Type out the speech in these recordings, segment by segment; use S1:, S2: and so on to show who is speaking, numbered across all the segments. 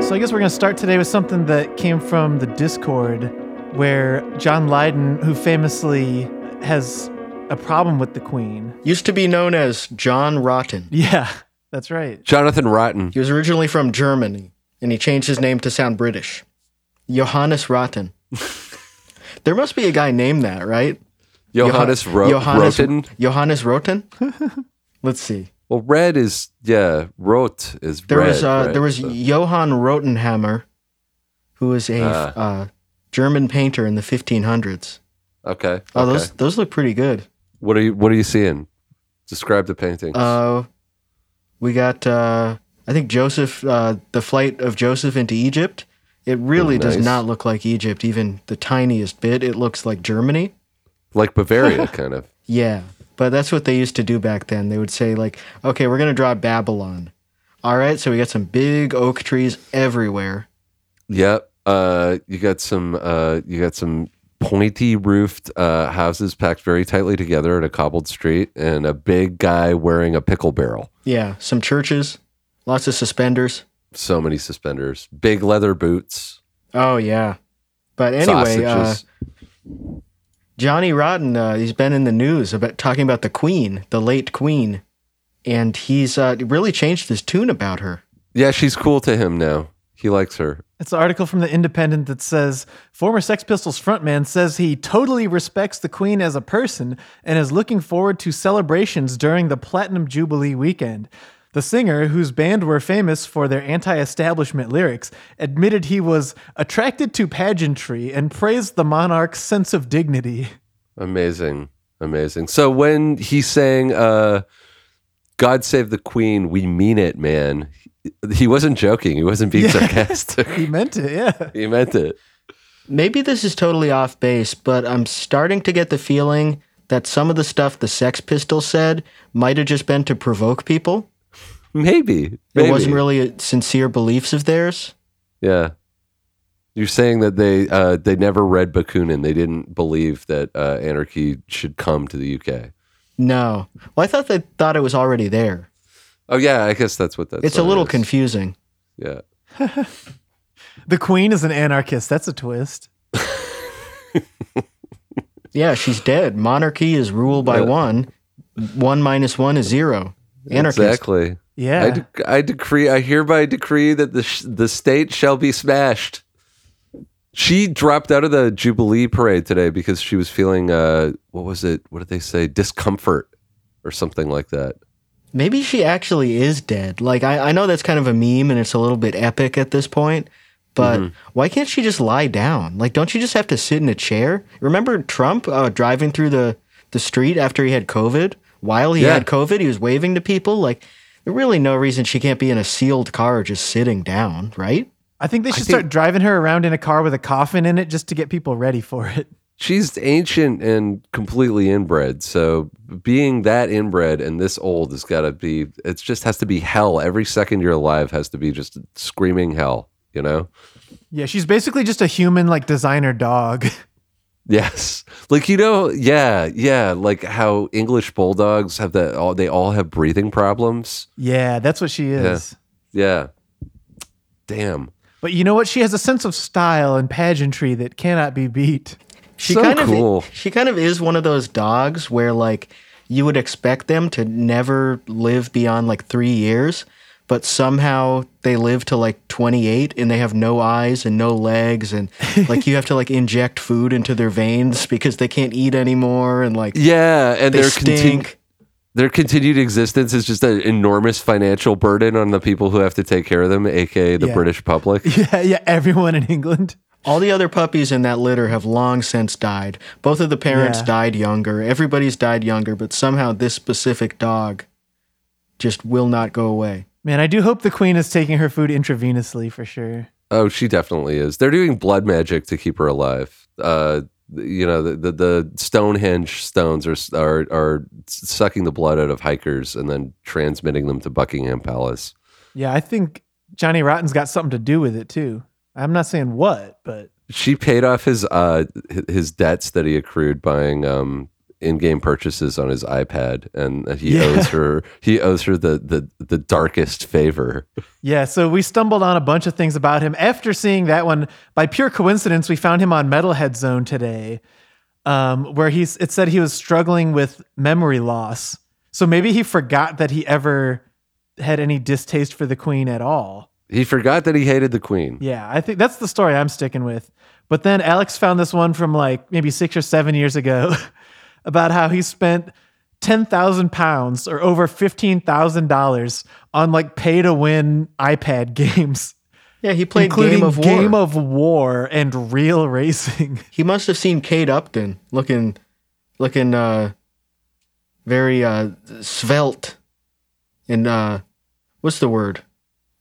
S1: So I guess we're going to start today with something that came from the Discord where John Lydon, who famously has a problem with the Queen.
S2: Used to be known as John Rotten.
S1: Yeah, that's right.
S3: Jonathan Rotten.
S2: He was originally from Germany, and he changed his name to sound British. Johannes Rotten. there must be a guy named that, right?
S3: Johannes
S2: Johan-
S3: Ro-
S2: Johannes,
S3: Roten.
S2: Johannes Roten? Let's see.
S3: Well, red is yeah. Rot is
S2: There
S3: red.
S2: was uh,
S3: right?
S2: there was
S3: So-
S2: Johann Rotenhammer, who was a f-
S3: Ah.
S2: uh, German painter in the 1500s.
S3: okay.
S2: Oh,
S3: okay.
S2: those those look pretty good.
S3: What are you What are you seeing? Describe the paintings.
S2: Uh, we got uh, I think Joseph, uh, the flight of Joseph into Egypt. It really does
S3: nice.
S2: not look like Egypt, even the tiniest bit. It looks like Germany.
S3: like Bavaria, kind of.
S2: Yeah, but that's what they used to do back then. They would say like, "Okay, we're gonna draw Babylon." All right, so we got some big oak trees everywhere.
S3: Yep. Uh, you got some. Uh, you got some pointy roofed uh, houses packed very tightly together in a cobbled street, and a big guy wearing a pickle barrel.
S2: Yeah, some churches, lots of suspenders.
S3: So many suspenders, big leather boots,
S2: Oh yeah, but anyway, uh,
S3: sausages.
S2: Johnny Rotten, uh, he's been in the news about talking about the Queen, the late Queen, and he's uh, really changed his tune about her.
S3: yeah, she's cool to him now. He likes her.
S1: It's an article from The Independent that says former Sex Pistols frontman says he totally respects the Queen as a person and is looking forward to celebrations during the Platinum Jubilee weekend. The singer, whose band were famous for their anti establishment lyrics, admitted he was attracted to pageantry and praised the monarch's sense of dignity.
S3: Amazing. Amazing. So when he sang uh God save the Queen, we mean it, man. He wasn't joking. He wasn't being sarcastic.
S1: He meant it, yeah.
S3: he meant it.
S2: Maybe this is totally off base, but I'm starting to get the feeling that some of the stuff the Sex Pistols said might have just been to provoke people.
S3: Maybe. Maybe.
S2: It wasn't really sincere beliefs of theirs.
S3: Yeah. You're saying that they uh they never read Bakunin. They didn't believe that uh anarchy should come to the UK.
S2: No. Well, I thought they thought it was already there.
S3: Oh yeah, I guess that's what that's
S2: it's a little confusing.
S3: Yeah.
S1: The Queen is an anarchist. That's a twist.
S2: Yeah, she's dead. Monarchy is rule by
S3: Yeah.
S2: one. One minus one is zero. Anarchist.
S3: Exactly.
S1: Yeah.
S3: I, dec I decree. I hereby decree that the sh- the state shall be smashed. She dropped out of the Jubilee parade today because she was feeling uh, what was it? What did they say? Discomfort or something like that.
S2: Maybe she actually is dead. Like, I, I know that's kind of a meme and it's a little bit epic at this point, but why can't she just lie down? Like, don't you just have to sit in a chair? Remember Trump uh, driving through the, the street after he had COVID? While he
S3: Yeah.
S2: had COVID, he was waving to people. Like, there's really no reason she can't be in a sealed car just sitting down, right?
S1: I think they should start driving her around in a car with a coffin in it just to get people ready for it.
S3: She's ancient and completely inbred. So being that inbred and this old has got to be. It just has to be hell. Every second you're alive has to be just screaming hell. You know.
S1: Yeah, she's basically just a human like designer dog.
S3: Yes. Like you know, yeah, yeah, like how English bulldogs have that all they all have breathing problems.
S1: yeah, that's what she is.
S3: Yeah. Damn.
S1: But you know what? She has a sense of style and pageantry that cannot be beat.
S2: She
S3: So
S2: kind of
S3: cool.
S2: she kind of is one of those dogs where like you would expect them to never live beyond like 3 years, but somehow they live to like 28 and they have no eyes and no legs and like you have to like inject food into their veins because they can't eat anymore and like
S3: Yeah, and
S2: they
S3: their
S2: stink.
S3: contin- their continued existence is just an enormous financial burden on the people who have to take care of them, aka the
S1: Yeah.
S3: British public.
S1: Yeah, yeah, everyone in England.
S2: All the other puppies in that litter have long since died. Both of the parents
S1: Yeah.
S2: died younger. Everybody's died younger, but somehow this specific dog just will not go away.
S1: Man, I do hope the queen is taking her food intravenously for sure.
S3: Oh, she definitely is. They're doing blood magic to keep her alive. Uh, you know, the, the the Stonehenge stones are are are sucking the blood out of hikers and then transmitting them to Buckingham Palace.
S1: Yeah, I think Johnny Rotten's got something to do with it too. I'm not saying what, but
S3: She paid off his uh h- his debts that he accrued buying um in-game purchases on his iPad, and he owes her he owes her the the the darkest favor.
S1: Yeah, so we stumbled on a bunch of things about him after seeing that one. By pure coincidence, we found him on Metalhead Zone today, um, where he's it said he was struggling with memory loss. So maybe he forgot that he ever had any distaste for the Queen at all.
S3: He forgot that he hated the Queen.
S1: Yeah, I think that's the story I'm sticking with. But then Alex found this one from like maybe six or seven years ago about how he spent ten thousand pounds or over fifteen thousand dollars on like pay to win iPad games,
S2: Yeah, he played
S1: including
S2: Game of War.
S1: Game of War and Real Racing.
S2: he must have seen Kate Upton looking, looking uh, very uh, svelte, and uh, what's the word?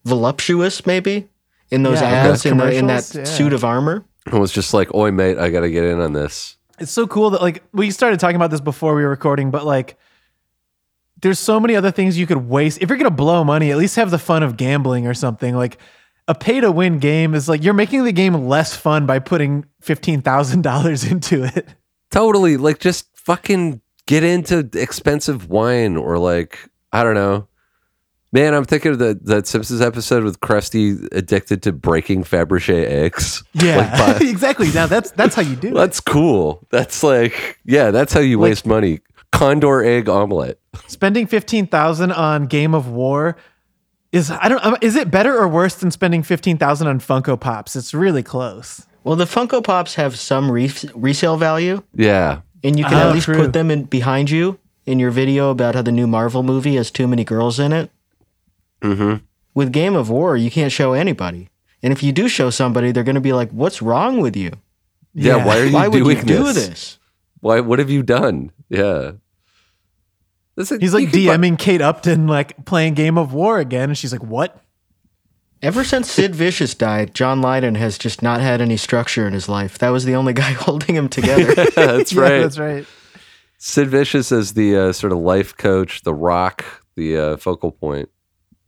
S2: Voluptuous, maybe. In those
S1: Yeah,
S2: ads,
S1: those
S2: in, the, in that
S1: commercials, yeah.
S2: suit of armor.
S3: And was just like, "Oi, mate, I got to get in on this."
S1: it's so cool that like we started talking about this before we were recording, but like there's so many other things you could waste. If you're gonna blow money, at least have the fun of gambling or something. Like a pay to win game is like you're making the game less fun by putting fifteen thousand dollars into it.
S3: Totally, like just fucking get into expensive wine or like I don't know. Man, I'm thinking of that that Simpsons episode with Krusty addicted to breaking Fabergé eggs. Like,
S1: Yeah,
S3: buy-
S1: exactly. Now that's that's how you do it.
S3: That's cool. That's like, yeah, that's how you waste money. Condor egg omelet.
S1: Spending fifteen thousand on Game of War is I don't um, is it better or worse than spending fifteen thousand on Funko Pops? It's really close.
S2: Well, the Funko Pops have some re- resale value,
S3: Yeah.
S2: and you can
S1: Ah,
S2: at least
S1: true.
S2: put them in behind you in your video about how the new Marvel movie has too many girls in it.
S3: Mm-hmm.
S2: With Game of War, you can't show anybody, and if you do show somebody, they're going to be like, "What's wrong with you?
S3: Yeah,
S1: Yeah.
S3: Why are you
S2: Why would
S3: doing
S2: you do
S3: this?
S2: this?
S3: Why? What have you done? Yeah. That's a-
S1: He's
S3: you
S1: like
S3: can buy-
S1: DMing Kate Upton, like playing Game of War again, and she's like, "What?"
S2: Ever since Sid Vicious died, John Lydon has just not had any structure in his life. That was the only guy holding him together.
S3: that's
S1: Yeah,
S3: right.
S1: That's right.
S3: Sid Vicious is the uh, sort of life coach, the rock, the uh, focal point,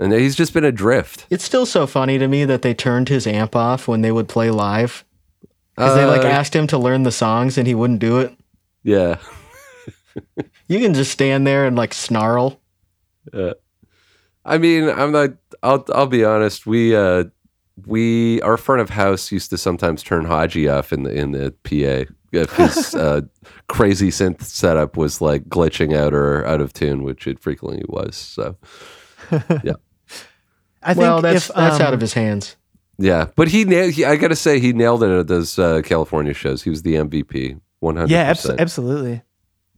S3: and he's just been adrift.
S2: it's still so funny to me that they turned his amp off when they would play live. Because they like
S3: Uh,
S2: asked him to learn the songs and he wouldn't do it.
S3: Yeah.
S2: You can just stand there and like snarl.
S3: I mean, I'm not. I'll I'll be honest. We uh, we our front of house used to sometimes turn Haji off in the in the PA if his uh, crazy synth setup was like glitching out or out of tune, which it frequently was. So
S1: I think
S2: Well, that's
S1: if,
S2: that's
S1: um,
S2: out of his hands.
S3: yeah, but he, nailed. he I gotta say he nailed it at those uh, California shows. He was the MVP. One hundred.
S1: yeah, abs- absolutely.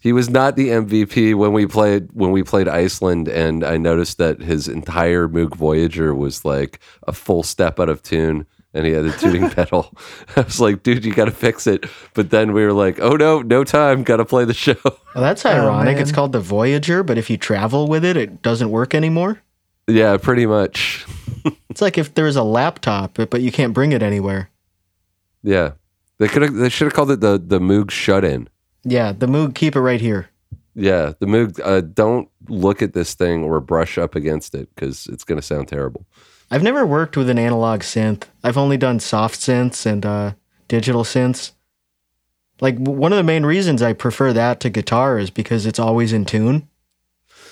S3: He was not the MVP when we played when we played Iceland, and I noticed that his entire Moog Voyager was like a full step out of tune, and he had a tuning pedal. I was like, dude, you got to fix it. But then we were like, oh no, no time, got to play the show.
S2: Well, that's ironic. it's
S1: oh, man.
S2: called the Voyager, but if you travel with it, it doesn't work anymore.
S3: yeah, pretty much.
S2: It's like if there's a laptop, but but you can't bring it anywhere.
S3: Yeah, they could have they should have called it the the Moog shut in.
S2: Yeah, the Moog, keep it right here.
S3: Yeah, the Moog. Uh, don't look at this thing or brush up against it because it's gonna sound terrible.
S2: I've never worked with an analog synth. I've only done soft synths and uh, digital synths. Like w- one of the main reasons I prefer that to guitar is because it's always in tune.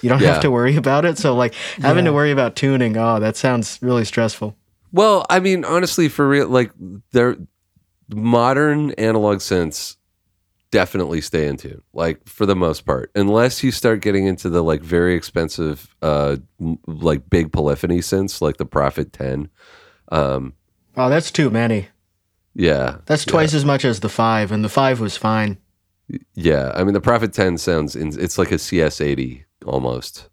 S2: You don't
S3: Yeah.
S2: have to worry about it. So like having
S1: Yeah.
S2: to worry about tuning, oh, that sounds really stressful.
S3: Well, I mean, honestly, for real, like their modern analog synths definitely stay in tune, like for the most part, unless you start getting into the like very expensive, uh, m- like big polyphony synths, like the Prophet Ten. Um,
S2: Oh, that's too many.
S3: yeah,
S2: That's twice as much as the five, and the five was fine.
S3: yeah. I mean, the Prophet Ten sounds in, it's like a CS eighty almost.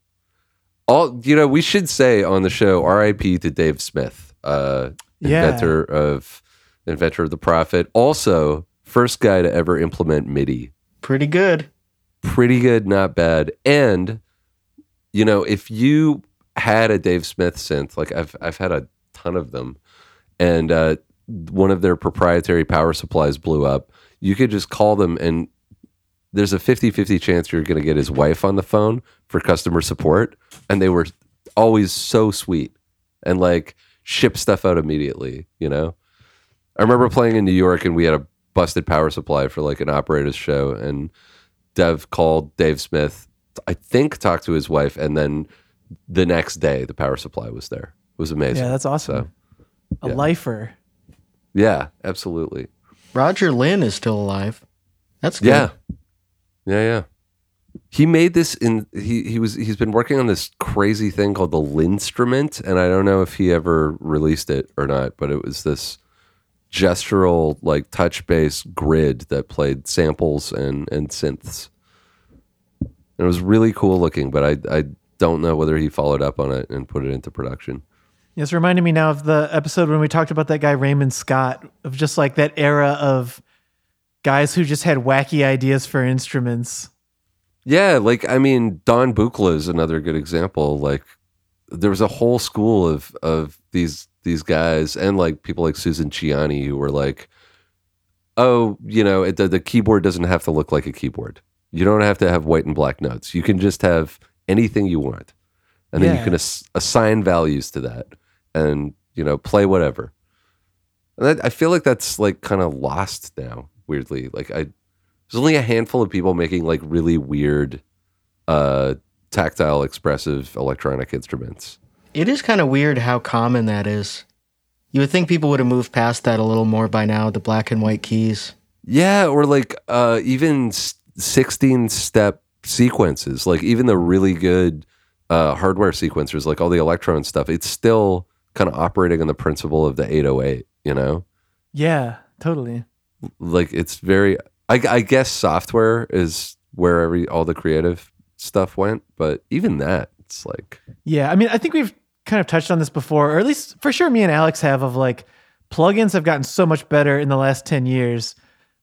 S3: All you know, we should say on the show, R.I.P. to Dave Smith. Uh,
S1: Yeah.
S3: inventor of inventor of the prophet also first guy to ever implement midi
S2: Pretty good.
S3: pretty good not bad and you know if you had a dave smith synth like i've i've had a ton of them and uh, one of their proprietary power supplies blew up you could just call them and there's a 50-50 chance you're going to get his wife on the phone for customer support and they were always so sweet and like ship stuff out immediately you know i remember playing in new york and we had a busted power supply for like an operator's show and Dev called Dave Smith, I think, talked to his wife, and then the next day the power supply was there. It was amazing.
S1: Yeah, that's awesome. a lifer.
S3: Yeah, absolutely.
S2: Roger Lynn is still alive. That's good.
S3: Yeah. Yeah, yeah. He made this in he he was he's been working on this crazy thing called the Linstrument, and I don't know if he ever released it or not, but it was this gestural like touch bass grid that played samples and and synths. And it was really cool looking, but I I don't know whether he followed up on it and put it into production.
S1: It's reminding me now of the episode when we talked about that guy Raymond Scott of just like that era of guys who just had wacky ideas for instruments.
S3: Yeah, like I mean, Don Buchla is another good example. Like there was a whole school of of these these guys and like people like Susan Gianni who were like, oh, you know, it, the, the keyboard doesn't have to look like a keyboard. You don't have to have white and black notes. You can just have anything you want, and then
S1: Yeah.
S3: you can ass- assign values to that, and you know, play whatever. And that, I feel like that's like kind of lost now. Weirdly, like I there's only a handful of people making like really weird uh tactile expressive electronic instruments
S2: It is kind of weird how common that is. You would think people would have moved past that a little more by now, the black and white keys.
S3: yeah or like uh even s- 16 step sequences like even the really good uh hardware sequencers like all the electron stuff it's still kind of operating on the principle of the 808 you know
S1: Yeah, totally.
S3: like it's very I, I guess software is where every all the creative stuff went but even that it's like
S1: Yeah, I mean, I think we've kind of touched on this before, or at least for sure, me and Alex have. Of like, plugins have gotten so much better in the last ten years,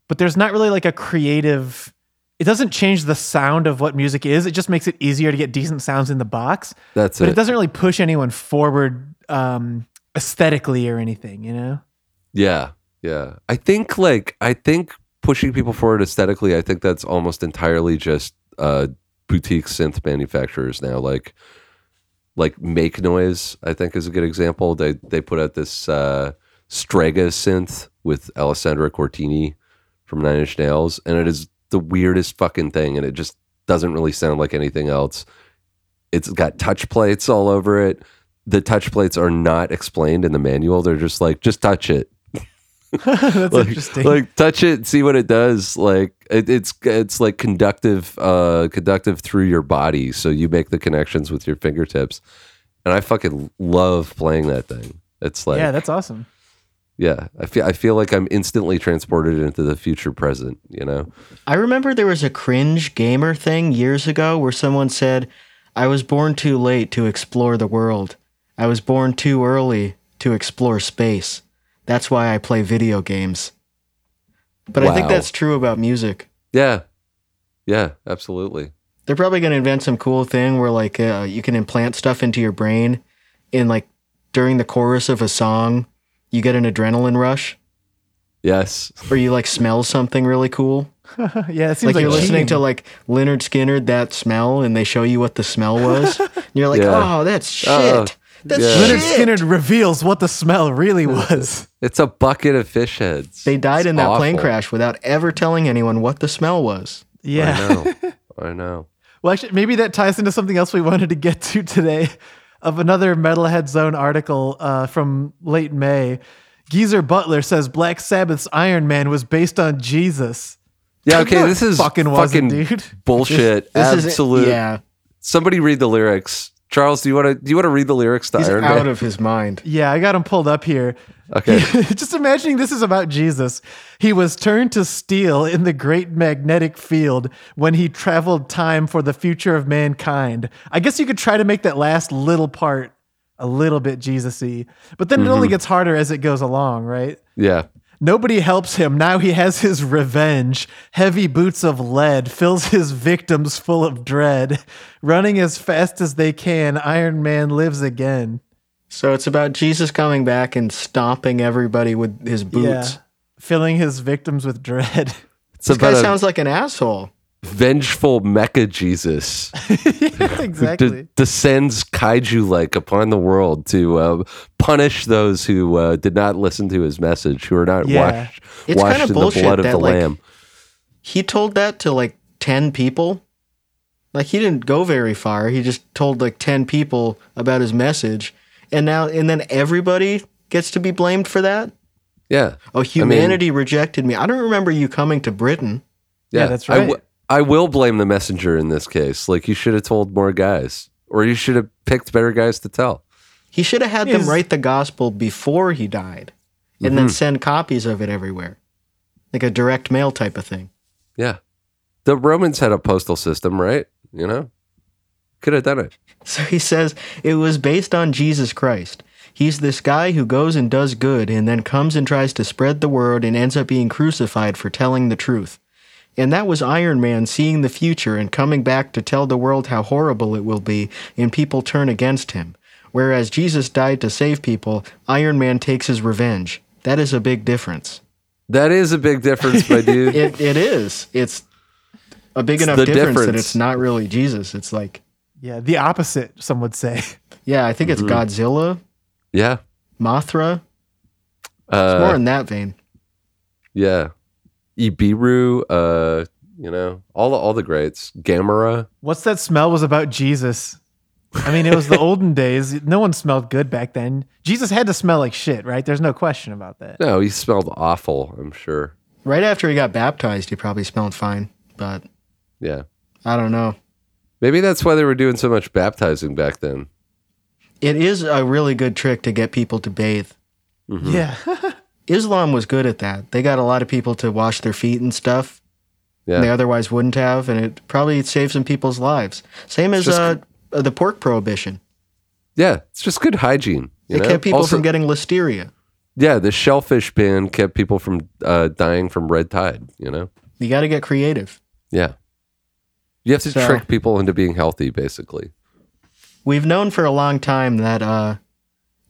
S1: but there's not really like a creative. It doesn't change the sound of what music is. It just makes it easier to get decent sounds in the box,
S3: that's
S1: but
S3: it
S1: it doesn't really push anyone forward um, aesthetically or anything. You know?
S3: Yeah, yeah. I think like I think pushing people forward aesthetically. I think that's almost entirely just uh, boutique synth manufacturers now. Like, like Make Noise. I think is a good example. They they put out this uh, Strega synth with Alessandra Cortini from Nine Inch Nails, and it is the weirdest fucking thing, and it just doesn't really sound like anything else. It's got touch plates all over it. The touch plates are not explained in the manual. They're just like, just touch it
S1: That's
S3: like,
S1: interesting.
S3: like, touch it, see what it does. Like it, it's it's like conductive, uh, conductive through your body, so you make the connections with your fingertips. And I fucking love playing that thing. It's like
S1: yeah,
S3: yeah,
S1: that's awesome.
S3: I feel I feel like I'm instantly transported into the future present. You know,
S2: I remember there was a cringe gamer thing years ago where someone said, I was born too late to explore the world. I was born too early to explore space. That's why I play video games. But I think
S3: Wow.
S2: that's true about music.
S3: yeah, yeah, absolutely.
S2: They're probably going to invent some cool thing where, like, uh, you can implant stuff into your brain, and, like, during the chorus of a song, you get an adrenaline rush,
S3: Yes,
S2: or you, like, smell something really cool.
S1: yeah, it seems
S2: like,
S1: like,
S2: you're listening
S1: cheating.
S2: to like Leonard Skinner that smell and they show you what the smell was and you're like
S3: Yeah.
S2: oh that's shit
S3: Uh-oh.
S2: that's
S3: Yeah.
S2: shit
S1: Leonard Skinner reveals what the smell really was.
S3: it's a bucket of fish heads.
S2: they died
S3: It's
S2: in that plane
S3: awful.
S2: crash without ever telling anyone what the smell was
S1: Yeah.
S3: I know. I know.
S1: Well, actually, maybe that ties into something else we wanted to get to today of another Metalhead Zone article uh, from late May. Geezer Butler says Black Sabbath's Iron Man was based on Jesus.
S3: Yeah. Okay.
S1: No, it
S3: This is
S1: fucking wasn't, dude.
S3: bullshit.
S2: this
S3: Absolute.
S2: is yeah
S3: somebody read the lyrics. Charles, do you want to do you want to read the lyrics to
S2: he's
S3: Iron
S2: out
S3: Man?
S2: of his mind
S1: Yeah, I got him pulled up here.
S3: Okay.
S1: Just imagining this is about Jesus. He was turned to steel in the great magnetic field when he traveled time for the future of mankind. I guess you could try to make that last little part a little bit Jesus y, but then it only gets harder as it goes along, right?
S3: yeah.
S1: Nobody helps him. Now he has his revenge. Heavy boots of lead fills his victims full of dread. Running as fast as they can, Iron Man lives again.
S2: so it's about Jesus coming back and stomping everybody with his boots
S1: Yeah. Filling his victims with dread.
S3: It's
S2: this guy
S3: about a
S2: sounds like an asshole
S3: vengeful mecha Jesus
S1: yeah,
S3: who de-
S1: exactly.
S3: descends kaiju like upon the world to uh, punish those who uh, did not listen to his message, who are not
S1: Yeah.
S3: washed,
S2: It's
S3: washed
S2: kinda
S3: in the
S2: bullshit
S3: blood of
S2: that,
S3: the
S2: like-
S3: lamb.
S2: he told that to like 10 people. Like he didn't go very far. He just told like 10 people about his message. And now and then everybody gets to be blamed for that?
S3: Yeah.
S2: Oh, humanity rejected me. I don't remember you coming to Britain.
S1: Yeah, that's
S3: I w-
S1: right.
S3: I will blame the messenger in this case. Like you should have told more guys, or you should have picked better guys to tell.
S2: He should have had
S1: Is-
S2: them write the gospel before he died and then send copies of it everywhere. Like a direct mail type of thing.
S3: Yeah, the Romans had a postal system, right? You know, could have done it.
S2: So he says it was based on Jesus Christ. He's this guy who goes and does good and then comes and tries to spread the word and ends up being crucified for telling the truth. And that was Iron Man seeing the future and coming back to tell the world how horrible it will be and people turn against him. Whereas Jesus died to save people, Iron Man takes his revenge. That is a big difference.
S3: That is a big difference, my dude.
S2: It, it is. It's a big enough
S3: the
S2: difference, that
S3: difference.
S2: it's not really Jesus. It's like,
S1: Yeah, the opposite, some would say.
S2: yeah, I think it's
S3: Mm-hmm.
S2: Godzilla,
S3: Yeah.
S2: Mothra,
S3: Uh,
S2: more in that vein.
S3: Yeah. Ibiru, uh, you know, all the all the greats. Gamera.
S1: What's that smell was about Jesus? I mean, it was the olden days. No one smelled good back then. Jesus had to smell like shit, right? There's no question about that.
S3: No, he smelled awful, I'm sure.
S2: Right after he got baptized, he probably smelled fine, but
S3: Yeah.
S2: I don't know.
S3: Maybe that's why they were doing so much baptizing back then.
S2: It is a really good trick to get people to bathe. Mm-hmm.
S1: Yeah.
S2: Islam was good at that. They got a lot of people to wash their feet and stuff
S3: Yeah.
S2: they otherwise wouldn't have, and it probably saved some people's lives. Same as
S3: just-
S2: uh, the pork prohibition.
S3: Yeah. It's just good hygiene. You
S2: It
S3: know?
S2: kept people
S3: Also-
S2: from getting listeria.
S3: Yeah, the shellfish ban kept people from uh, dying from red tide, you know?
S2: You got to get creative.
S3: Yeah. You have to
S2: So-
S3: trick people into being healthy, basically.
S2: We've known for a long time that uh,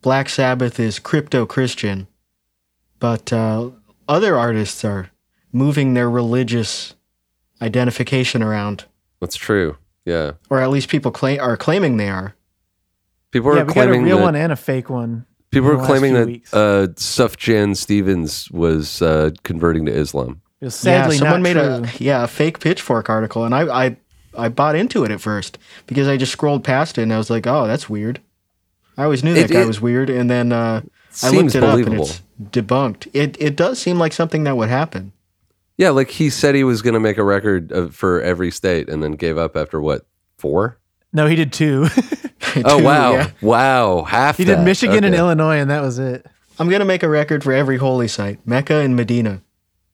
S2: Black Sabbath is crypto Christian, but uh, other artists are moving their religious identification around,
S3: That's true. Yeah.
S2: or at least people claim are claiming they are.
S3: People are
S1: yeah, we got a
S3: claiming
S1: real
S3: that-
S1: one and a fake one.
S3: people
S1: in the
S3: are
S1: last
S3: claiming
S1: few
S3: that
S1: weeks.
S3: uh, Sufjan Stevens was uh, converting to Islam.
S1: It was sadly
S2: yeah, someone
S1: not
S2: made
S1: true.
S2: a yeah a fake Pitchfork article, and I, I I bought into it at first because I just scrolled past it and I was like, oh, that's weird. I always knew that
S3: It-
S2: guy
S3: it-
S2: was weird, and then uh, I
S3: Seems
S2: looked it
S3: believable.
S2: up and it's debunked. It it does seem like something that would happen.
S3: Yeah, like he said he was going to make a record of, for every state and then gave up after what, four?
S1: no, he did two.
S3: Oh,
S2: Too,
S3: wow.
S2: yeah.
S3: Wow. Half
S1: he did
S3: that.
S1: Michigan and
S3: Okay.
S1: Illinois, and that was it.
S2: I'm gonna make a record for every holy site, Mecca and Medina.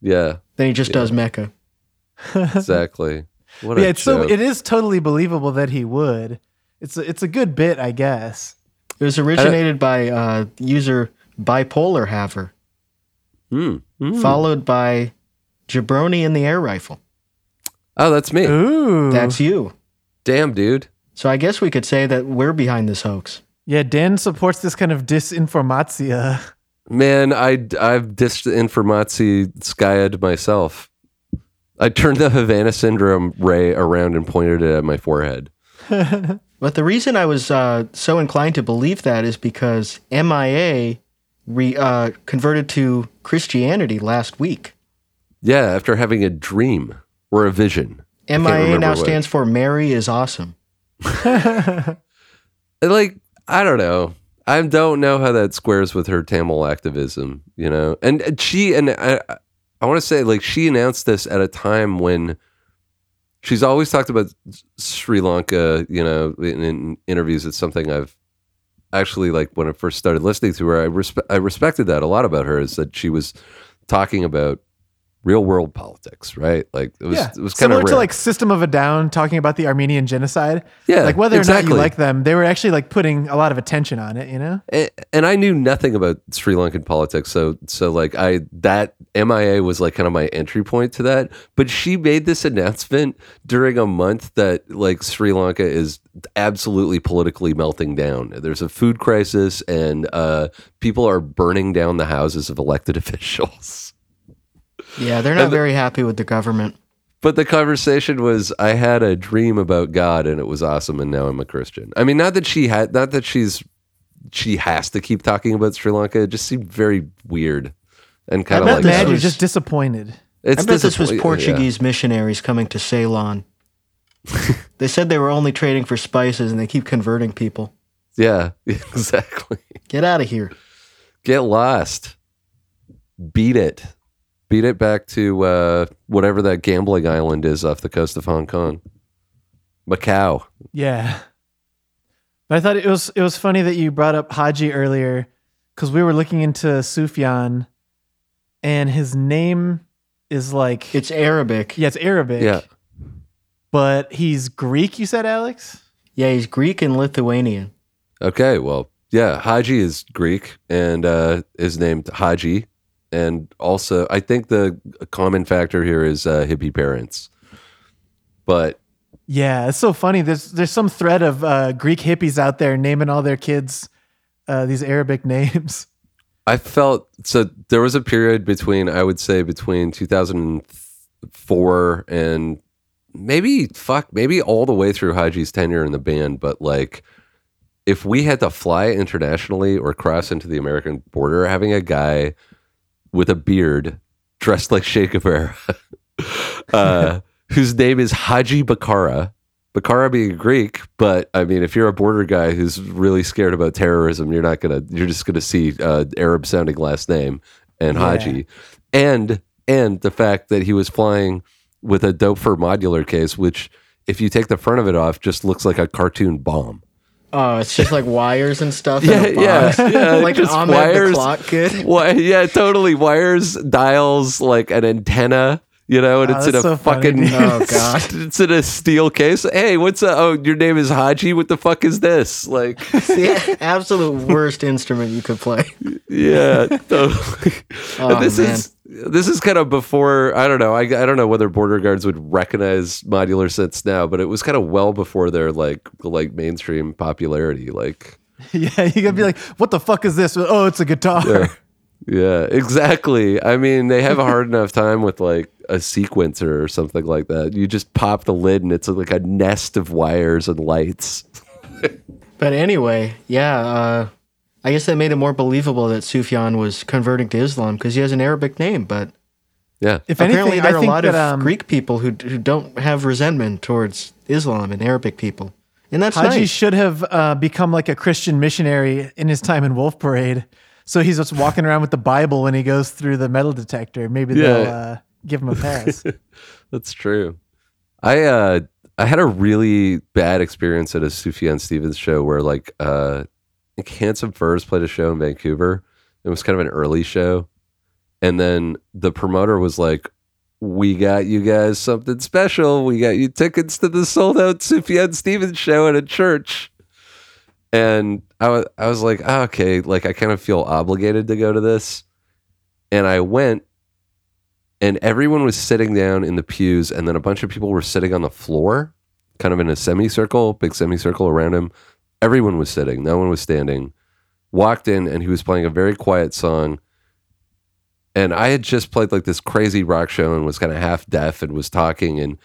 S3: Yeah,
S2: Then he just does Mecca.
S3: exactly. What
S1: yeah,
S3: a
S1: it's
S3: joke.
S1: so it is totally believable that he would. It's a, it's a good bit, I guess.
S2: It was originated by uh, user bipolar haver,
S3: Hmm. Hmm.
S2: followed by Jabroni and the air rifle.
S3: Oh, that's me.
S1: Uh, Ooh,
S2: That's you.
S3: Damn, dude.
S2: So I guess we could say that we're behind this hoax.
S1: yeah. Dan supports this kind of disinformatia.
S3: Man, I, I've dished the informazi skyed myself. I turned the Havana Syndrome ray around and pointed it at my forehead.
S2: But the reason I was uh, so inclined to believe that is because MIA re, uh, converted to Christianity last week.
S3: Yeah, after having a dream or a vision. I can't
S2: MIA
S3: remember
S2: now
S3: what.
S2: stands for Mary is awesome.
S3: like I don't know. I don't know how that squares with her Tamil activism, you know. And and she and I, I want to say like she announced this at a time when she's always talked about Sri Lanka, you know, in, in interviews. It's something I've actually like when I first started listening to her. I respe- I respected that a lot about her is that she was talking about real world politics, right? Like it was
S1: yeah,
S3: it was kind
S1: similar
S3: of
S1: to like System of a Down talking about the Armenian genocide.
S3: Yeah,
S1: like whether or not
S3: exactly.
S1: you like them, they were actually like putting a lot of attention on it. You know,
S3: A- and I knew nothing about Sri Lankan politics, so so like I that MIA was like kind of my entry point to that. But she made this announcement during a month that like Sri Lanka is absolutely politically melting down. There's a food crisis, and uh, people are burning down the houses of elected officials.
S2: Yeah, they're not very happy with the government.
S3: But the conversation was, I had a dream about God and it was awesome, and now I'm a Christian. I mean, not that she had, not that she's, she has to keep talking about Sri Lanka. It just seemed very weird and
S2: I
S3: kind of
S2: bet
S1: not
S3: like
S2: this
S1: mad.
S3: that.
S1: You're
S2: was-
S1: just disappointed.
S3: It's
S2: I bet this was
S3: disappoint- yeah.
S2: Portuguese missionaries coming to Ceylon. they said they were only trading for spices and they keep converting people.
S3: Yeah, exactly.
S2: Get out of here.
S3: Get lost. Beat it. Beat it back to uh, whatever that gambling island is off the coast of Hong Kong. Macau.
S1: Yeah. But I thought it was it was funny that you brought up Haji earlier because we were looking into Sufyan and his name is like
S2: It's Arabic.
S1: yeah, it's Arabic.
S3: Yeah.
S1: But he's Greek, you said, Alex?
S2: Yeah, he's Greek and Lithuanian.
S3: Okay, well, yeah, Haji is Greek and uh, is named Haji. And also, I think the common factor here is uh, hippie parents. But
S1: Yeah, it's so funny. There's there's some thread of uh, Greek hippies out there naming all their kids uh, these Arabic names.
S3: I felt so there was a period between, I would say, between 2004 and maybe, fuck, maybe all the way through Haji's tenure in the band. But like, if we had to fly internationally or cross into the American border, having a guy with a beard dressed like Shakespeare, uh, whose name is Haji Bakara. Bakara being Greek, but I mean, if you're a border guy who's really scared about terrorism, you're not gonna. You're just gonna see uh, Arab sounding last name and
S1: Yeah.
S3: Haji, and and the fact that he was flying with a Doper modular case, which if you take the front of it off, just looks like a cartoon bomb.
S2: Oh, it's just like wires and stuff. in a
S3: Yeah,
S2: box.
S3: yeah, yeah,
S2: like
S3: just
S2: Ahmed
S3: wires.
S2: the Clock Kid.
S3: Why? Yeah, totally. Wires, dials, like an antenna, you know, and
S1: Oh,
S3: it's in a
S1: that's so funny,
S3: fucking.
S1: dude.
S2: Oh, God.
S3: It's in a steel case. Hey, what's up? Oh, your name is Haji. What the fuck is this? Like,
S2: The absolute worst instrument you could play.
S3: yeah, totally.
S2: Oh,
S3: And this
S2: man.
S3: is this is kind of before I don't know. I, I don't know whether border guards would recognize modular sets now, but it was kind of well before their like like mainstream popularity. Like,
S1: yeah, you gotta be like, what the fuck is this? Oh, it's a guitar.
S3: Mm. Yeah. Yeah, exactly. I mean, they have a hard enough time with like a sequencer or something like that. You just pop the lid and it's like a nest of wires and lights.
S2: But anyway, yeah, uh, I guess that made it more believable that Sufyan was converting to Islam because he has an Arabic name. But
S3: Yeah.
S1: If
S2: apparently,
S1: anything,
S2: there are
S1: I
S2: a
S1: think
S2: lot
S1: that,
S2: of
S1: um,
S2: Greek people who, who don't have resentment towards Islam and Arabic people, and that's
S1: Haji
S2: nice.
S1: should have uh, become like a Christian missionary in his time in Wolf Parade. So he's just walking around with the Bible when he goes through the metal detector. Maybe they'll
S3: Yeah.
S1: uh, give him a pass.
S3: That's true. I uh I had a really bad experience at a Sufjan Stevens show where like uh I think Handsome Furs played a show in Vancouver. It was kind of an early show. And then the promoter was like, We got you guys something special. We got you tickets to the sold out Sufjan Stevens show at a church. And I wa- I was like, "Ah, okay, like I kind of feel obligated to go to this. And I went and everyone was sitting down in the pews, and then a bunch of people were sitting on the floor, kind of in a semicircle, big semicircle around him. Everyone was sitting, no one was standing. Walked in, and he was playing a very quiet song. And I had just played like this crazy rock show and was kind of half deaf and was talking, and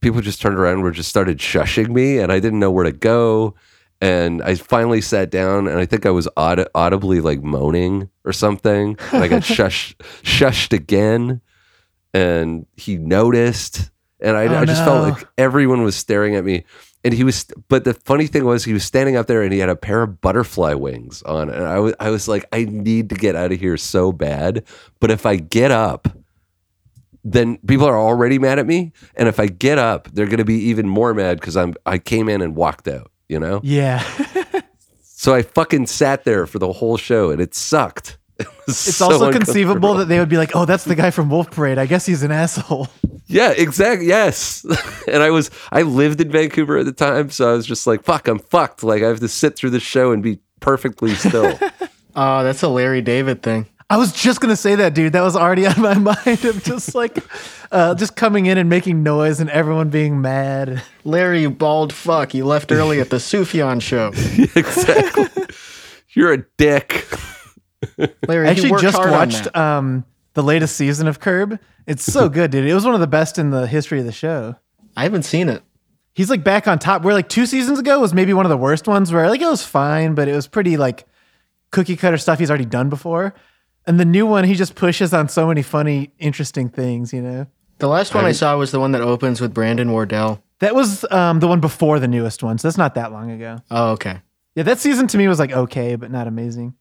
S3: people just turned around and were just started shushing me, and I didn't know where to go. And I finally sat down, and I think I was aud- audibly like moaning or something. And I got shushed shushed again and he noticed and I,
S1: Oh,
S3: I just felt
S1: no.
S3: like everyone was staring at me and he was but the funny thing was he was standing up there and he had a pair of butterfly wings on and I was, I was like I need to get out of here so bad but if I get up then people are already mad at me and if I get up they're going to be even more mad cuz I'm I came in and walked out you know
S1: yeah.
S3: so I fucking sat there for the whole show and it sucked It was
S1: It's
S3: so
S1: also conceivable
S3: uncomfortable.
S1: that they would be like, oh, that's the guy from Wolf Parade. I guess he's an asshole.
S3: Yeah, exactly. Yes. and I was, I lived in Vancouver at the time. So I was just like, fuck, I'm fucked. Like, I have to sit through the show and be perfectly still.
S2: Oh, that's a Larry David thing.
S1: I was just going to say that, dude. That was already on my mind of just like, uh, just coming in and making noise and everyone being mad.
S2: Larry, you bald fuck, you left early at the Sufyan show.
S3: exactly. You're a dick.
S2: Larry,
S1: I
S2: he
S1: actually
S2: worked
S1: just
S2: hard on that.
S1: watched um, the latest season of Curb. It's so good, dude. It was one of the best in the history of the show.
S2: I haven't seen it.
S1: He's like back on top. Where like two seasons ago was maybe one of the worst ones where like it was fine, but it was pretty like cookie cutter stuff he's already done before. And the new one, he just pushes on so many funny, interesting things, you know?
S2: The last one I, saw was the one that opens with Brandon Wardell.
S1: That was um, the one before the newest one, so that's not that long ago.
S2: Oh, okay.
S1: Yeah, that season to me was like okay, but not amazing.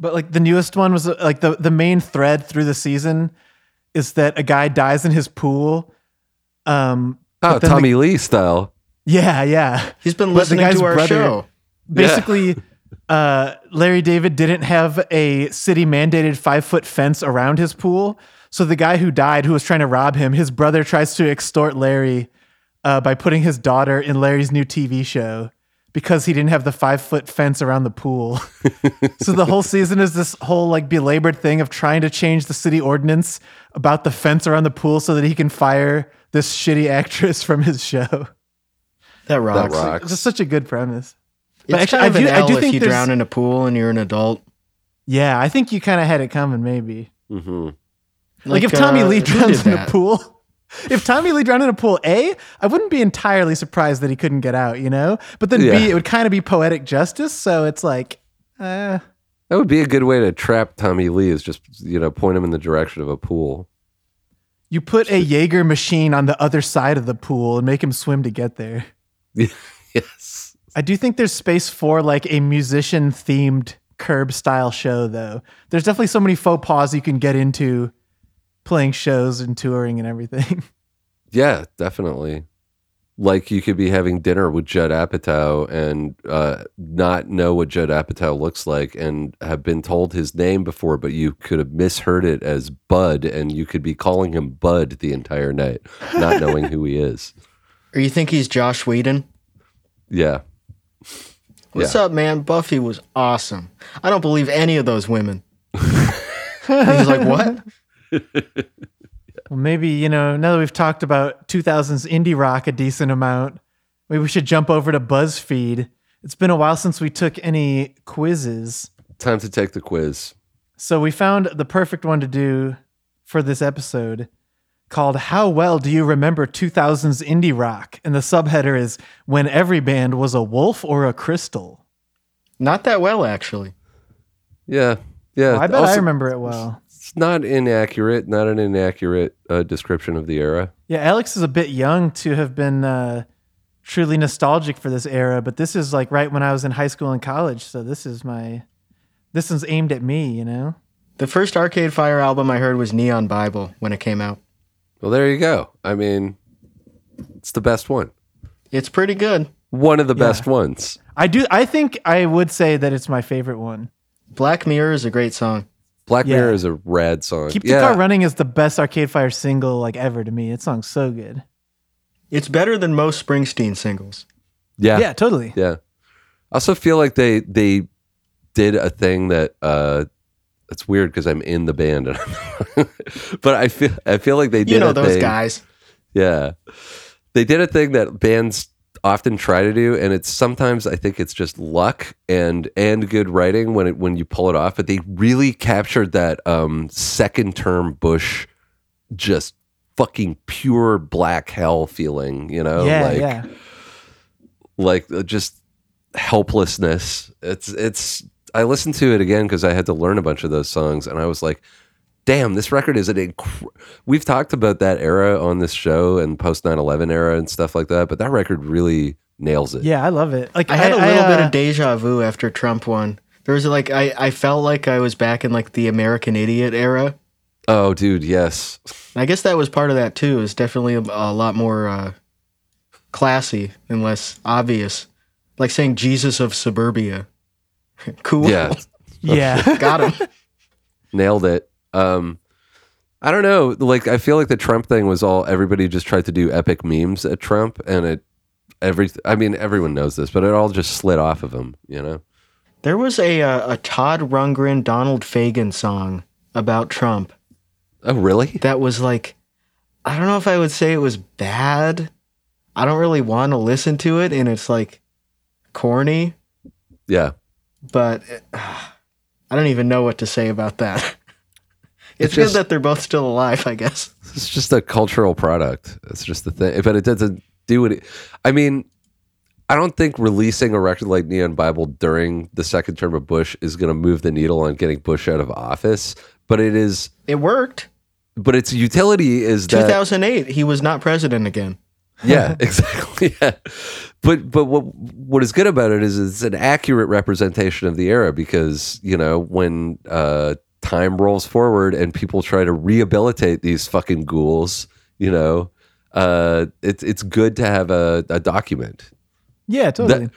S1: But like the newest one was uh, like the the main thread through the season is that a guy dies in his pool. Um,
S3: Oh,
S1: but then the-
S3: Tommy Lee style.
S1: yeah, yeah.
S2: He's been
S1: the
S2: listening
S1: guy's
S2: to our
S1: brother-
S2: show.
S1: Basically, uh, Larry David didn't have a city mandated five foot fence around his pool, so the guy who died, who was trying to rob him, his brother tries to extort Larry uh, by putting his daughter in Larry's new TV show because he didn't have the five foot fence around the pool. so the whole season is this whole like belabored thing of trying to change the city ordinance about the fence around the pool so that he can fire this shitty actress from his show.
S2: That rocks.
S3: rock.
S1: It's just such a good premise.
S2: It's
S1: But
S2: kind of
S1: actually,
S2: an
S1: I do- I
S2: L
S1: do
S2: if
S1: think
S2: you
S1: there's-
S2: drown in a pool and you're an adult.
S1: Yeah, I think you kind of had it coming, maybe.
S3: hmm
S1: Like, if Tommy
S2: uh,
S1: Lee
S2: who
S1: drowns
S2: did
S1: in a
S2: that?
S1: pool. If Tommy Lee drowned in a pool, A, I wouldn't be entirely surprised that he couldn't get out, you know? But then
S3: Yeah.
S1: B, it would kind of be poetic justice. So it's like, uh,
S3: That would be a good way to trap Tommy Lee. Is just you know point him in the direction of a pool.
S1: you put a Jaeger machine on the other side of the pool and make him swim to get there.
S3: Yes.
S1: I do think there's space for like a musician themed curb style show, though. There's definitely so many faux pas you can get into playing shows and touring and everything.
S3: Yeah, definitely. Like you could be having dinner with Judd Apatow and uh, not know what Judd Apatow looks like and have been told his name before, but you could have misheard it as Bud and you could be calling him Bud the entire night, not knowing who he is.
S2: Or you think he's Josh Whedon?
S3: Yeah.
S2: What's up, man? Buffy was awesome. I don't believe any of those women. And he's like, what?
S1: Well, maybe, you know, now that we've talked about 2000s indie rock a decent amount, maybe we should jump over to BuzzFeed. It's been a while since we took any quizzes.
S3: Time to take the quiz.
S1: So we found the perfect one to do for this episode called How Well Do You Remember 2000s Indie Rock? And the subheader is When Every Band Was a Wolf or a Crystal.
S2: Not that well, actually.
S3: Yeah. Yeah.
S1: I bet I
S3: Also,
S1: remember it well.
S3: It's not inaccurate, not an inaccurate uh, description of the era.
S1: Yeah, Alex is a bit young to have been uh, truly nostalgic for this era, but this is like right when I was in high school and college, so this is my this one's aimed at me, you know.
S2: The first Arcade Fire album I heard was Neon Bible when it came out.
S3: Well, there you go. I mean, it's the best one.
S2: It's pretty good.
S3: One of the best ones.
S1: I do I think I would say that it's my favorite one.
S2: Black Mirror is a great song.
S3: Black
S1: Yeah.
S3: Mirror is a rad song.
S1: Keep the
S3: yeah.
S1: car running is the best Arcade Fire single like ever to me. That song's so good.
S2: It's better than most Springsteen singles.
S3: Yeah.
S1: yeah, totally.
S3: Yeah. I also feel like they they did a thing that uh it's weird because I'm in the band and but I feel I feel like they did
S2: You know
S3: a
S2: those
S3: thing-
S2: guys.
S3: Yeah. They did a thing that bands often try to do and it's sometimes I think it's just luck and and good writing when it when you pull it off but they really captured that um second term Bush just fucking pure black hell feeling, you know,
S1: yeah,
S3: like
S1: yeah.
S3: like uh, just helplessness. It's it's I listened to it again because I had to learn a bunch of those songs, and I was like, "Damn, this record is an." Inc- We've talked about that era on this show and post 9-11 era and stuff like that, but that record really nails it.
S1: Yeah, I uh, love it. Like
S2: I uh, had a
S1: a
S2: little bit of deja vu after Trump won. There was like I, I felt like I was back in like the American Idiot era.
S3: Oh, dude, yes.
S2: I guess that was part of that too. It's definitely a, a lot more uh, classy and less obvious. Like saying Jesus of suburbia. cool.
S3: Yeah.
S1: Yeah.
S2: Got him.
S3: nailed it. Um, I don't know. Like, I feel like the Trump thing was all everybody just tried to do epic memes at Trump, and it every. I mean, everyone knows this, but it all just slid off of him. You know.
S2: There was a uh, a Todd Rundgren Donald Fagan song about Trump
S3: Oh, really?
S2: that was like I don't know if I would say it was bad. I don't really want to listen to it and it's like corny,
S3: Yeah.
S2: but uh, I don't even know what to say about that. it's
S3: It's just-
S2: good that they're both still alive, I guess.
S3: It's just a cultural product. It's just the thing, but it doesn't do it. I mean, I don't think releasing a record like Neon Bible during the second term of Bush is going to move the needle on getting Bush out of office. But it is.
S2: It worked.
S3: But its utility is that
S2: 2008, he was not president again.
S3: yeah, exactly. Yeah. But but what what is good about it is it's an accurate representation of the era because you know when uh, time rolls forward and people try to rehabilitate these fucking ghouls, you know, uh, it's it's good to have a, a document
S1: Yeah, totally.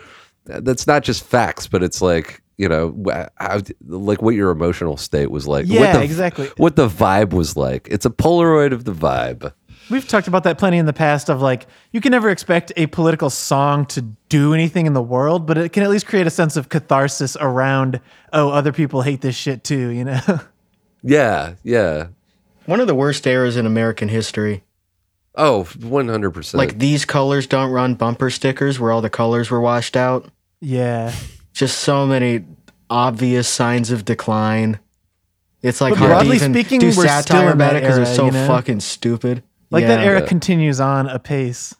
S3: that, that's not just facts, but it's like you know wh- how, like what your emotional state was like.
S1: Yeah,
S3: what the,
S1: exactly.
S3: What the vibe was like. It's a Polaroid of the vibe.
S1: We've talked about that plenty in the past of like, you can never expect a political song to do anything in the world, but it can at least create a sense of catharsis around, oh, other people hate this shit too, you know?
S3: Yeah, yeah.
S2: One of the worst eras in American history.
S3: Oh, 100%.
S1: Uh,
S2: Like these colors don't run bumper stickers where all the colors were washed out.
S1: yeah.
S2: Just so many obvious signs of decline. It's like
S1: But
S2: hard to
S1: broadly
S2: even
S1: speaking,
S2: do
S1: we're still
S2: satire
S1: in
S2: about
S1: that
S2: it because it's
S1: era,
S2: so
S1: you know?
S2: fucking stupid.
S1: Like that
S2: Yeah.
S1: era continues on apace.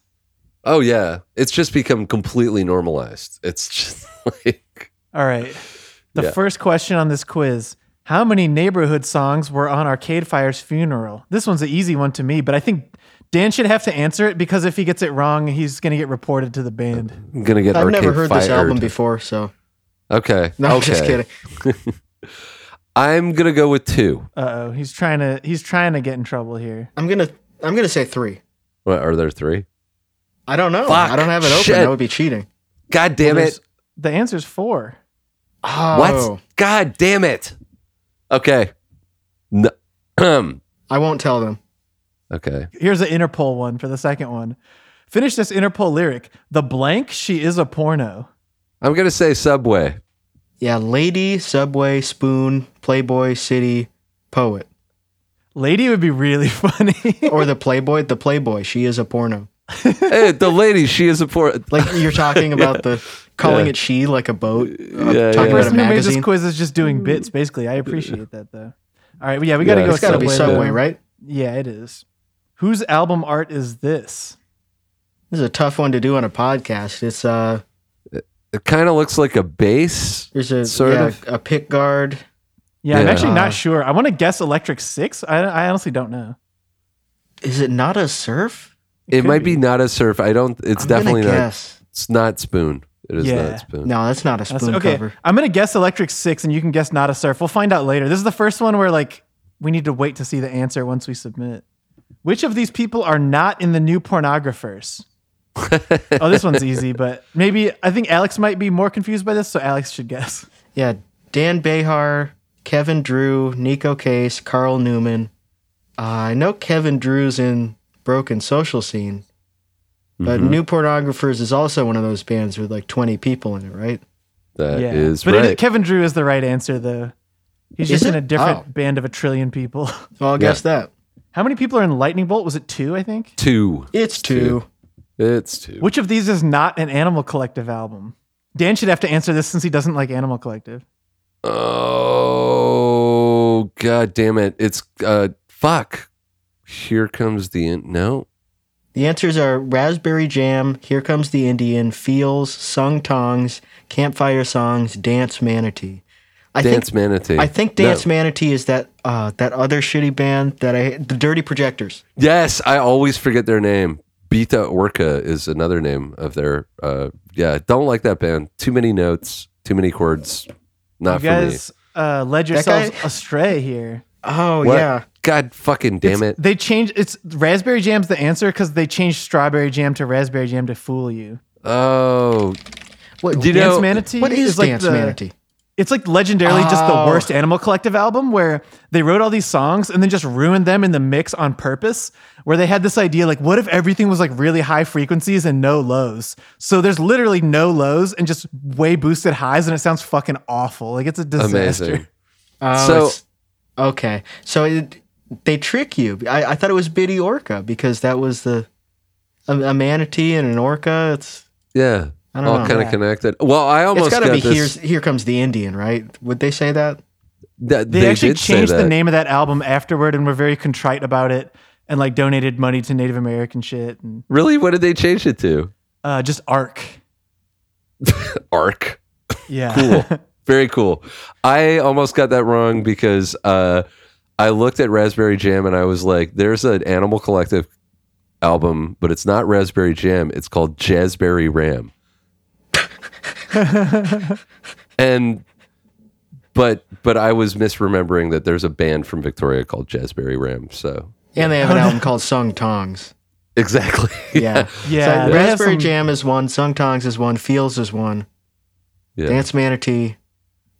S3: oh yeah, it's just become completely normalized. It's just like
S1: All right. The
S3: Yeah.
S1: first question on this quiz How many neighborhood songs were on Arcade Fire's funeral? This one's an easy one to me, but I think Dan should have to answer it because if he gets it wrong, he's going to get reported to the band.
S3: I'm going to get
S2: I've
S3: arcade
S2: never heard
S3: fired.
S2: this album before, so
S3: Okay.
S2: no,
S3: okay.
S2: I'm just kidding.
S3: I'm going to go with 2.
S1: Uh oh, he's trying to he's trying to get in trouble here.
S2: I'm gonna I'm gonna say three.
S3: What, are there 3?
S2: I don't know.
S3: Fuck,
S2: I don't have it open.
S3: shit.
S2: That would be cheating.
S3: God damn
S1: There's-
S3: it.
S1: The answer's four.
S2: Oh,
S3: What? God damn it. Okay. No. Um,
S2: I won't tell them.
S3: okay.
S1: Here's an Interpol one for the second one. Finish this Interpol lyric. The blank, she is a porno.
S3: I'm going to say Subway.
S2: Yeah, Lady, Subway, Spoon, Playboy, City, Poet.
S1: Lady would be really funny.
S2: Or the Playboy, the Playboy. She is a porno.
S3: hey, the lady, she is a poor
S2: Like you're talking about the calling it she like a boat. Uh,
S3: Yeah,
S2: talking
S1: the
S3: yeah.
S2: about a
S1: person who made this
S2: magazine.
S1: quiz is just doing bits, basically. I appreciate that, though. All right, well, yeah, we got to
S3: Yeah,
S1: go.
S2: It's gotta be
S3: Subway,
S2: Subway,
S3: though.
S2: right?
S1: Yeah, it is. Whose album art is this?
S2: This is a tough one to do on a podcast. It's uh
S3: It kind of looks like a base.
S2: there's a
S3: Sort
S2: yeah,
S3: of.
S2: a pick guard.
S1: Yeah, I'm
S3: Yeah.
S1: actually
S2: Uh,
S1: not sure. I want to guess Electric Six. I, I honestly don't know.
S2: Is it not a surf?
S3: It,
S1: could
S3: might
S1: be.
S3: be. not a surf. I don't it's
S2: I'm gonna
S3: definitely not
S2: guess.
S3: it's not spoon. It is
S1: Yeah.
S3: not spoon.
S2: No, that's not a
S1: That's-
S2: spoon
S1: okay,
S2: cover.
S1: I'm gonna guess Electric Six, and you can guess Not a Surf. We'll find out later. This is the first one where like we need to wait to see the answer once we submit. Which of these people are not in the new pornographers? oh, this one's easy, but maybe I think Alex might be more confused by this, so Alex should guess.
S2: Yeah, Dan Behar, Kevin Drew, Nico Case, Carl Newman. Uh, I know Kevin Drew's in Broken Social Scene, but
S3: Mm-hmm.
S2: New Pornographers is also one of those bands with like 20 people in it, right?
S3: That is
S1: but it-
S3: right.
S1: Kevin Drew is the right answer, though. He's
S2: Is
S1: just in
S2: it?
S1: a different
S2: Oh.
S1: band of a trillion people.
S2: Well, I'll guess that.
S1: How many people are in Lightning Bolt? Was it two, I think?
S3: two.
S2: It's two.
S3: It's two.
S1: Which of these is not an Animal Collective album? Dan should have to answer this since he doesn't like Animal Collective.
S3: Oh god damn it. It's uh fuck. Here comes the in- no.
S2: The answers are Raspberry Jam, Here Comes the Indian, Feels, Sung Tongs, Campfire Songs, Dance Manatee. I
S3: Dance
S2: think
S3: Manatee.
S2: I think
S3: No.
S2: Dance Manatee is that uh, that other shitty band that I the Dirty Projectors.
S3: Yes, I always forget their name. Beta Orca is another name of their uh yeah, don't like that band. Too many notes, too many chords. Not
S1: You
S3: for me.
S1: guys uh, led yourselves
S2: guy-
S1: astray here.
S2: Oh
S3: What?
S2: yeah.
S3: God fucking damn it.
S1: They changed it's raspberry jam's the answer because they changed strawberry jam to raspberry jam to fool you.
S3: Oh,
S2: What,
S3: Do you
S1: Dance
S3: know-
S1: Manatee
S2: what is
S1: is like
S2: Dance
S1: the-
S2: Manatee?
S1: It's like legendarily just the
S2: Oh.
S1: worst Animal Collective album where they wrote all these songs and then just ruined them in the mix on purpose. Where they had this idea like, what if everything was like really high frequencies and no lows? So there's literally no lows and just way boosted highs, and it sounds fucking awful. Like it's a disaster.
S3: amazing.
S2: Oh,
S3: So-
S2: it's- okay, so it, they trick you. I, I thought it was Biddy Orca because that was the a, a manatee and an orca. It's
S3: Yeah.
S2: I don't
S3: All
S2: know.
S3: kind of connected. Well, I almost
S2: it's got to be
S3: got
S2: here's,
S3: this.
S2: here comes the Indian, right? Would they say that?
S3: That,
S1: They,
S3: they,
S1: actually
S3: did say
S1: changed the
S3: that.
S1: name of that album afterward and were very contrite about it and like donated money to Native American shit and
S3: Really? What did they change it to?
S1: uh, just ARC.
S3: arc.
S1: Yeah.
S3: Cool. Very cool. I almost got that wrong because uh, I looked at Raspberry Jam and I was like, there's an Animal Collective album, but it's not Raspberry Jam. It's called Jazzberry Ram. and but but I was misremembering that there's a band from Victoria called Jazzberry Ram. So
S2: And they have
S3: Oh,
S2: an album called Sung Tongs.
S3: exactly.
S2: Yeah.
S1: Yeah,
S2: So
S1: they have
S2: Raspberry
S1: some-
S2: Jam is one, Sung Tongs is one, Feels is one,
S3: yeah.
S2: Dance Manatee.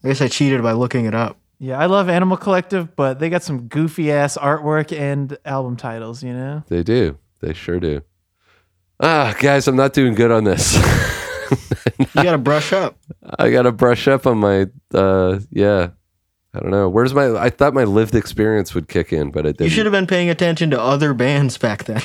S2: I guess I cheated by looking it up.
S1: Yeah, I love Animal Collective, but they got some goofy ass artwork and album titles, you know?
S3: They do. They sure do. Ah, guys, I'm not doing good on this.
S2: You got to brush up.
S3: I gotta brush up on my uh yeah. I don't know. Where's my I thought my lived experience would kick in, but it
S2: You should
S3: didn't.
S2: have been paying attention to other bands back then.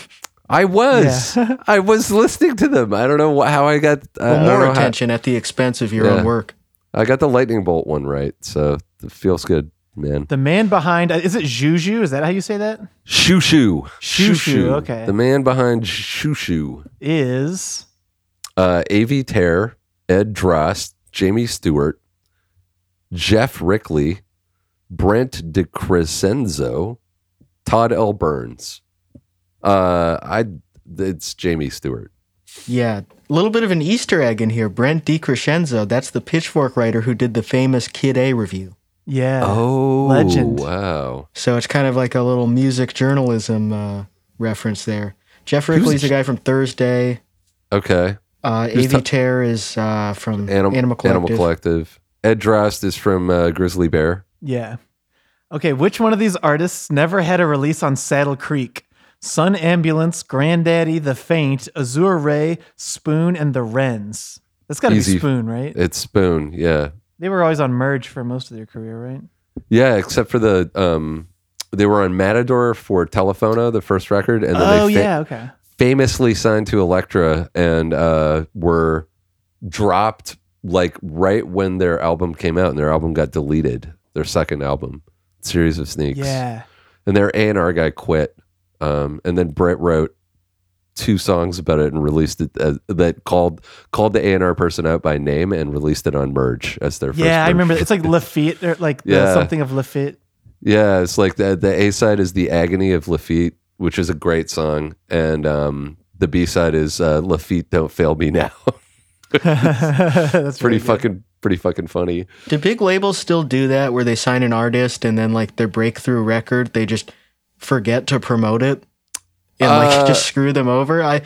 S3: I was. I was listening to them. I don't know wh- how I got I- I
S2: Well,
S3: don't
S2: more
S3: know how-
S2: attention at the expense of your
S3: Yeah.
S2: own work.
S3: I got the lightning bolt one right, so it feels good, man.
S1: The man behind uh, is it Juju? Is that how you say that?
S3: Shoo shoo.
S1: Shoo Shoo, okay.
S3: The man behind Shoo Shoo.
S1: Is
S3: uh, A.V. Terre, Ed Drost, Jamie Stewart, Jeff Rickley, Brent DiCrescenzo, Todd L. Burns. Uh, I it's Jamie Stewart.
S2: Yeah. A little bit of an Easter egg in here. Brent DiCrescenzo, that's the pitchfork writer who did the famous Kid A review.
S1: yeah.
S3: Oh,
S1: Uh, legend.
S3: Wow,
S2: So it's kind of like a little music journalism uh, reference there. Jeff
S3: was
S2: Rickley's
S3: the
S2: a guy from Thursday.
S3: okay.
S2: Uh,
S3: Who's
S2: A.V. Terre is uh, from
S3: Anim-
S2: Animal, Collective.
S3: Collective. Ed Drost is from uh, Grizzly Bear.
S1: Yeah. Okay, which one of these artists never had a release on Saddle Creek? Sun Ambulance, Granddaddy, The Faint, Azure Ray, Spoon, and The Wrens. That's gotta
S3: Easy.
S1: be Spoon, right?
S3: It's Spoon. Yeah,
S1: They were always on Merge for most of their career, right?
S3: yeah. Except for the um, they were on Matador for Telefona, the first record, and then
S1: Oh
S3: they fa-
S1: yeah, okay.
S3: famously signed to Elektra and uh, were dropped like right when their album came out, and their album got deleted. Their second album, series of sneaks,
S1: Yeah.
S3: and their A and R guy quit, um, and then Brett wrote two songs about it and released it as, that called called the A and R person out by name and released it on Merge as their first.
S1: Yeah, I
S3: merge.
S1: remember it's like Lafitte or like the-
S3: Yeah.
S1: something of Lafitte.
S3: Yeah, it's like the the A side is the agony of Lafitte, which is a great song, and um, the B side is uh, Lafitte, don't fail me now.
S1: That's
S3: pretty
S1: really good.
S3: fucking pretty fucking funny.
S2: Do big labels still do that where they sign an artist and then like their breakthrough record, they just forget to promote it and like
S3: Uh,
S2: just screw them over? I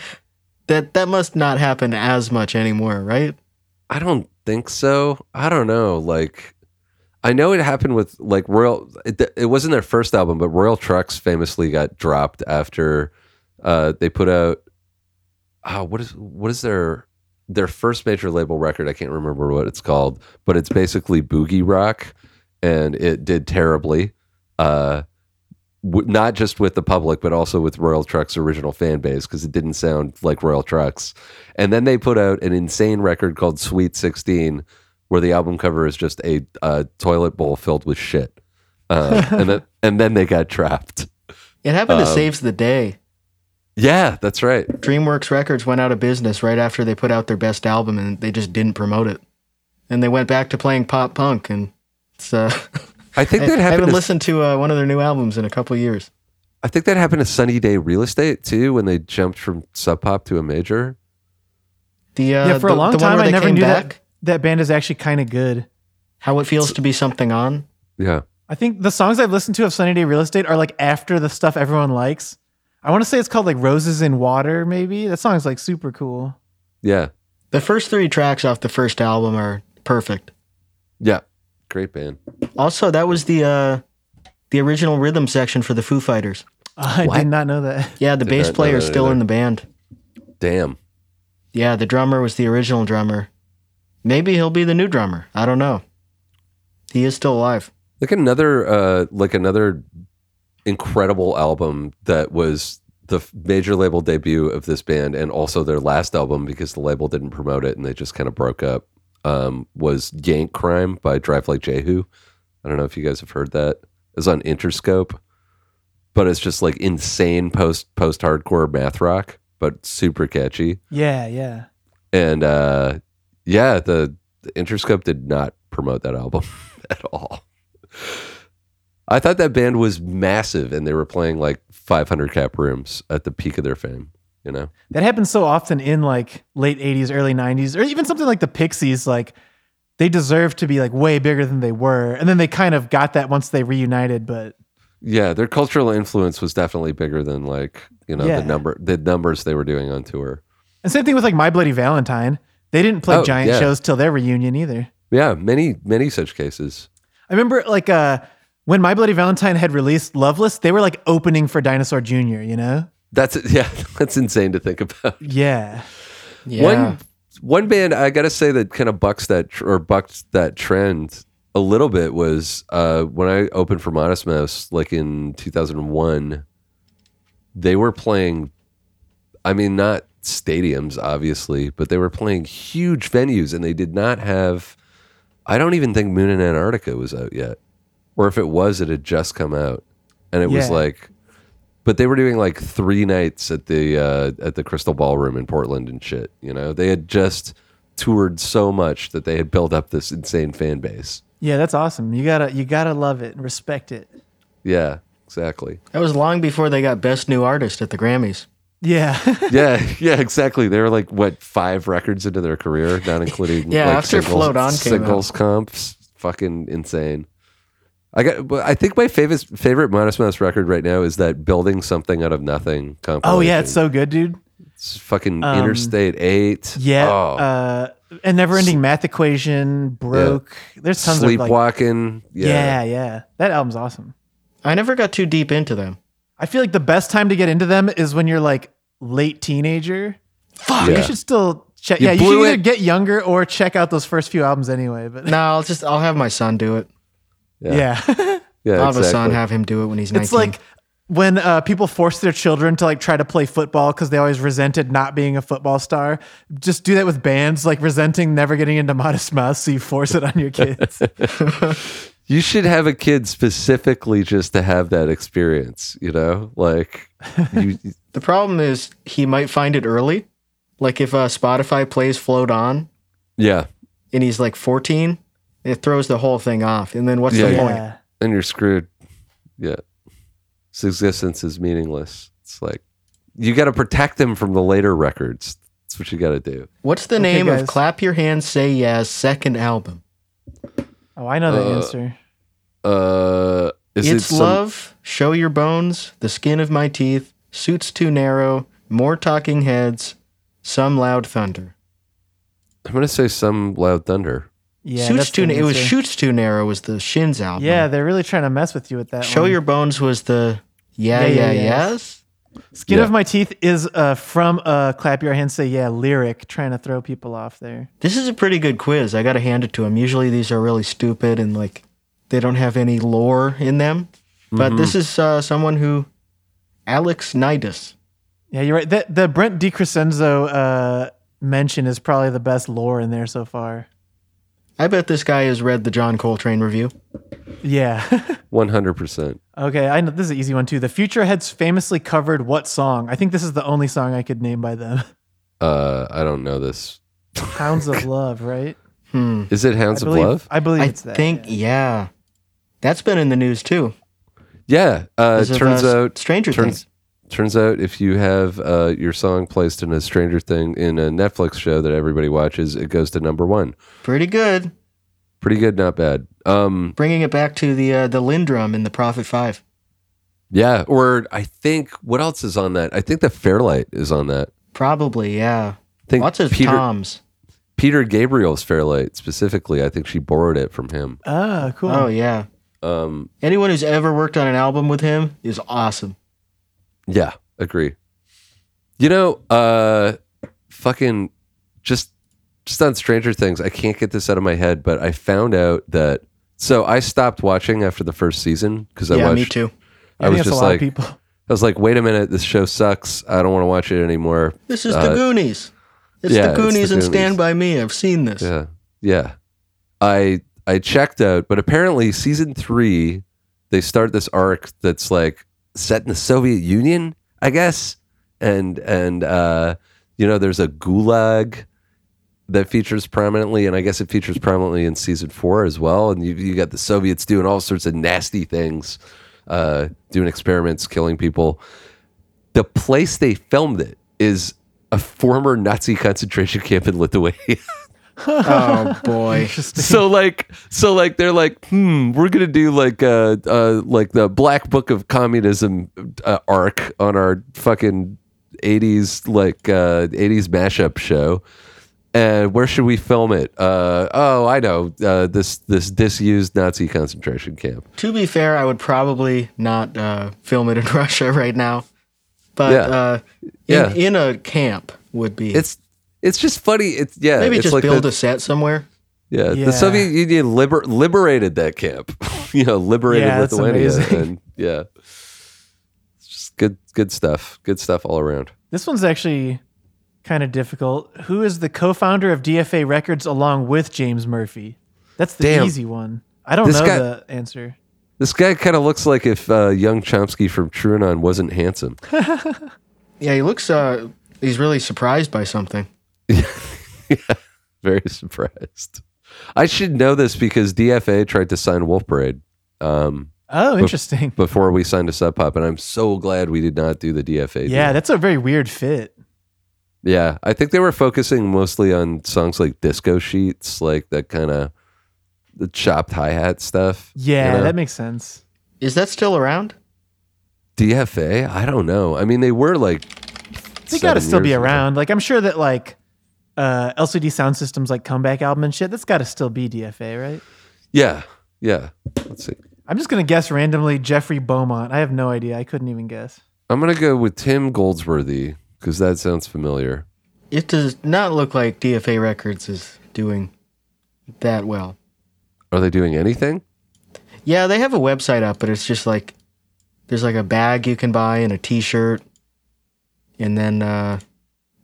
S2: that that must not happen as much anymore, right?
S3: I don't think so. I don't know. Like, I know it happened with like Royal. It, it wasn't their first album, but Royal Trucks famously got dropped after uh, they put out. Oh, what is what is their their first major label record? I can't remember what it's called, but it's basically boogie rock, and it did terribly. Uh, w- not just with the public, but also with Royal Trucks' original fan base because it didn't sound like Royal Trucks. And then they put out an insane record called Sweet 16, where the album cover is just a uh, toilet bowl filled with shit. Uh, and, then, and then they got trapped.
S2: It happened to
S3: Um,
S2: Saves the Day.
S3: Yeah, that's right.
S2: DreamWorks Records went out of business right after they put out their best album and they just didn't promote it. And they went back to playing pop punk and it's uh
S3: I think
S2: I,
S3: that
S2: I
S3: happened.
S2: haven't
S3: to-
S2: listened to uh, one of their new albums in a couple years.
S3: I think that happened to Sunny Day Real Estate too, when they jumped from sub pop to a major.
S2: The uh
S1: yeah, for a
S2: the,
S1: long
S2: the one
S1: time
S2: where
S1: I
S2: they
S1: never
S2: came
S1: knew
S2: back,
S1: that that band is actually kind of good.
S2: how it feels to be something on.
S3: Yeah,
S1: I think the songs I've listened to of Sunny Day Real Estate are like after the stuff everyone likes. I want to say it's called like Roses in Water, maybe. That song's like super cool.
S3: yeah,
S2: The first three tracks off the first album are perfect.
S3: yeah. Great band.
S2: Also, that was the uh, the original rhythm section for the Foo Fighters.
S1: I
S3: What?
S1: did not know that.
S2: Yeah, the
S3: Did
S2: bass
S3: not know
S2: player is
S3: that
S2: still
S3: either.
S2: in the band.
S3: Damn.
S2: Yeah, the drummer was the original drummer. Maybe he'll be the new drummer. I don't know. He is still alive.
S3: like another uh like another incredible album that was the f- major label debut of this band and also their last album because the label didn't promote it and they just kind of broke up um was yank crime by drive like jehu i don't know if you guys have heard that it's on interscope but it's just like insane post post hardcore math rock but super catchy
S1: Yeah, yeah.
S3: and uh yeah, the, the Interscope did not promote that album at all. I thought that band was massive and they were playing like 500 cap rooms at the peak of their fame, you know?
S1: That happens so often in like late 80s, early 90s, or even something like the Pixies. Like they deserve to be like way bigger than they were. And then they kind of got that once they reunited, but
S3: Yeah, their cultural influence was definitely bigger than like, you know,
S1: Yeah.
S3: the number the numbers they were doing on tour.
S1: And same thing with like My Bloody Valentine. They didn't play
S3: Oh,
S1: giant
S3: yeah.
S1: shows till their reunion either.
S3: Yeah, many many such cases.
S1: I remember like uh when My Bloody Valentine had released Loveless, they were like opening for Dinosaur Jr., you know?
S3: That's yeah, that's insane to think about.
S1: Yeah.
S2: Yeah.
S3: One one band I gotta say that kind of bucks that tr- or bucked that trend a little bit was uh, when I opened for Modest Mouse, like in 2001. They were playing, I mean, not stadiums obviously, but they were playing huge venues, and they did not have. I don't even think Moon in Antarctica was out yet, or if it was, it had just come out, and it was
S1: Yeah.
S3: like. But they were doing like three nights at the uh, at the Crystal Ballroom in Portland and shit. You know, they had just toured so much that they had built up this insane fan base.
S1: Yeah, that's awesome. You gotta you gotta love it and respect it.
S3: Yeah, exactly.
S2: that was long before they got Best New Artist at the Grammys.
S1: Yeah.
S3: Yeah, yeah, exactly. They were like what five records into their career, not including
S2: Yeah,
S3: like,
S2: after
S3: singles,
S2: Float On came out.
S3: singles comps. Fucking insane. I got. but I think my favorite favorite Modest Mouse record right now is that building something out of nothing.
S1: oh yeah, it's
S3: compilation.
S1: so good, dude.
S3: It's fucking
S1: um,
S3: Interstate Eight.
S1: Yeah.
S3: Oh,
S1: Uh a never ending math equation, broke. There's tons of like
S3: sleepwalking.
S1: yeah.
S3: yeah,
S1: yeah, That album's awesome.
S2: I never got too deep into them.
S1: I feel like the best time to get into them is when you're like late teenager. Fuck,
S3: Yeah.
S1: you should still check.
S3: You
S1: yeah, you should
S3: blew
S1: either
S3: it.
S1: get younger or check out those first few albums anyway. But
S2: No, I'll just I'll have my son do it.
S1: yeah,
S3: yeah.
S2: I'll have
S3: exactly.
S2: a son have him do it when he's 19.
S1: it's like when uh, people force their children to like try to play football because they always resented not being a football star. Just do that with bands, like resenting never getting into Modest Mouse, so you force it on your kids.
S3: You should have a kid specifically just to have that experience. You know, like you.
S2: the problem is he might find it early. Like if uh, Spotify plays Float On
S3: yeah,
S2: and he's like 14, it throws the whole thing off. And then what's the
S3: Yeah.
S2: point?
S1: yeah.
S3: then you're screwed. Yeah. His existence is meaningless. It's like you got to protect them from the later records. That's what you got to do.
S2: What's the name
S1: guys.
S2: of Clap Your Hands Say Yes second album?
S1: Oh, I know the
S3: Uh,
S1: answer.
S3: Uh, is
S2: it's
S3: it some-
S2: Love, Show Your Bones, The Skin of My Teeth, Suits Too Narrow, More Talking Heads, Some Loud Thunder.
S3: I'm going to say some loud thunder.
S1: Yeah,
S2: Suits
S1: that's the
S2: Too It was
S1: answer.
S2: Shoots Too Narrow was the Shins album.
S1: Yeah, they're really trying to mess with you with that.
S2: Show
S1: one.
S2: Your Bones was the Yeah Yeah,
S1: Yeah, Yeah, Yes.
S2: Yes.
S1: Skin
S3: Yeah.
S1: of My Teeth is uh, from uh, Clap Your Hands Say Yeah lyric, trying to throw people off there.
S2: This is a pretty good quiz. I got to hand it to him. Usually these are really stupid and like they don't have any lore in them. But
S3: Mm-hmm.
S2: this is uh, someone who Alex Nidus.
S1: Yeah, you're right. The, the Brent DiCrescenzo uh, mention is probably the best lore in there so far.
S2: I bet this guy has read the John Coltrane review.
S1: Yeah.
S3: 100%.
S1: okay, I know this is an easy one too. The Futureheads famously covered what song? I think this is the only song I could name by them.
S3: Uh, I don't know this.
S1: Hounds of Love, right?
S2: Hmm.
S3: Is it
S1: I
S3: Hounds of
S1: believe.
S3: Love?
S1: I believe
S2: I
S1: it's that.
S2: think,
S1: yeah.
S2: yeah. That's been in the news too.
S3: Yeah. Uh,
S2: As of,
S3: turns
S2: uh,
S3: out
S2: Stranger
S3: turns
S2: Things.
S3: turns out if you have uh, your song placed in a Stranger Thing in a Netflix show that everybody watches, it goes to number one.
S2: Pretty good.
S3: Pretty good, not bad. Um,
S2: Bringing it back to the uh, the Lindrum in the Prophet Five.
S3: Yeah, or I think what else is on that? I think the Fairlight is on that.
S2: Probably, yeah.
S3: I think
S2: Lots of
S3: Peter
S2: toms.
S3: Peter Gabriel's Fairlight specifically. I think she borrowed it from him.
S1: Oh, cool.
S2: Oh yeah.
S3: Um,
S2: Anyone who's ever worked on an album with him is awesome.
S3: yeah, agree. You know, uh, fucking just just on Stranger Things, I can't get this out of my head, but I found out that so I stopped watching after the first season because I
S2: yeah,
S3: watched.
S2: me too.
S1: I,
S3: I
S1: think
S3: was
S1: that's
S3: just
S1: a lot
S3: like,
S1: of people.
S3: I was like, wait a minute, this show sucks. I don't want to watch it anymore.
S2: This is
S3: Uh,
S2: the Goonies. It's
S3: yeah,
S2: the
S3: it's The
S2: Goonies and
S3: Goonies.
S2: Stand by Me. I've seen this.
S3: Yeah. Yeah. I I checked out, but apparently season three, they start this arc that's like set in the Soviet Union, I guess. And and uh, you know, there's a gulag that features prominently, and I guess it features prominently in season four as well. And you you got the Soviets doing all sorts of nasty things, uh, doing experiments, killing people. The place they filmed it is a former Nazi concentration camp in Lithuania.
S2: Oh boy.
S3: so like so like they're like hmm we're gonna do like uh uh like the black book of communism uh, arc on our fucking 80s like uh 80s mashup show and where should we film it uh oh i know uh this this disused nazi concentration camp
S2: to be fair, I would probably not uh, film it in Russia right now, but
S3: Yeah.
S2: uh, in,
S3: Yeah.
S2: in a camp would be.
S3: it's it's just funny it's yeah
S2: maybe
S3: it's
S2: just
S3: like
S2: build
S3: the,
S2: a set somewhere.
S3: yeah,
S1: Yeah.
S3: the soviet union liber- liberated that camp you know liberated
S1: Yeah, that's
S3: lithuania
S1: amazing.
S3: and yeah it's just good good stuff good stuff all around
S1: This one's actually kind of difficult. Who is the co-founder of DFA Records along with James Murphy? That's the
S3: Damn.
S1: easy one. I don't
S3: This
S1: know
S3: guy-
S1: the answer.
S3: This guy kind of looks like if uh, young Chomsky from Trunon wasn't handsome.
S2: Yeah, he looks. Uh, he's really surprised by something.
S3: Very surprised. I should know this because DFA tried to sign Wolf Parade um,
S1: Oh, interesting.
S3: before we signed a Sub Pop, and I'm so glad we did not do the DFA.
S1: Yeah,
S3: deal.
S1: that's a very weird fit.
S3: yeah. I think they were focusing mostly on songs like Disco Sheets, like that kind of the chopped hi hat stuff.
S1: Yeah,
S3: know?
S1: that makes sense.
S2: Is that still around?
S3: DFA? I don't know. I mean, they were like.
S1: They got to
S3: seven
S1: still be
S3: years ago.
S1: around. Like I'm sure that like uh, LCD Sound Systems like comeback album and shit. That's got to still be DFA, right?
S3: Yeah. Yeah. Let's see.
S1: I'm just gonna guess randomly Jeffrey Beaumont. I have no idea. I couldn't even guess. Oh,
S3: I'm gonna go with Tim Goldsworthy because that sounds familiar.
S2: It does not look like DFA Records is doing that well.
S3: Are they doing anything?
S2: Yeah, they have a website up, but it's just like there's like a bag you can buy and a T-shirt, and then uh,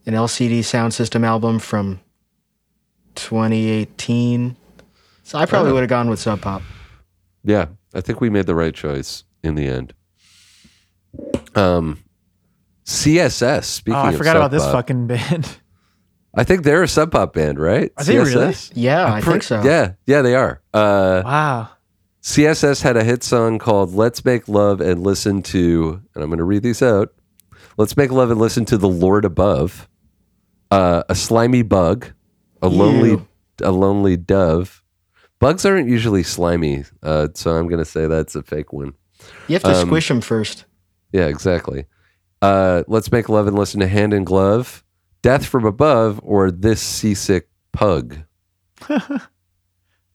S2: an LCD sound system album from 2018. So I probably
S3: Oh.
S2: would have gone with Sub Pop.
S3: Yeah, I think we made the right choice in the end. Um, CSS. Speaking,
S1: oh, I
S3: of
S1: forgot
S3: Sub
S1: about this
S3: Pop,
S1: fucking band.
S3: I think they're a sub pop band, right?
S1: Are they really?
S2: Yeah, i think so.
S3: Yeah, yeah, they are. Uh,
S1: wow.
S3: CSS had a hit song called "Let's Make Love and Listen to," and I'm going to read these out. Let's make love and listen to the Lord above, uh, a slimy bug, a lonely,
S2: Ew.
S3: a lonely dove. Bugs aren't usually slimy, uh, so I'm going to say that's a fake one.
S2: You have to squish 'em squish them first.
S3: Yeah, exactly. Uh, let's make love and listen to Hand in Glove, Death from Above, or This Seasick Pug.
S1: There's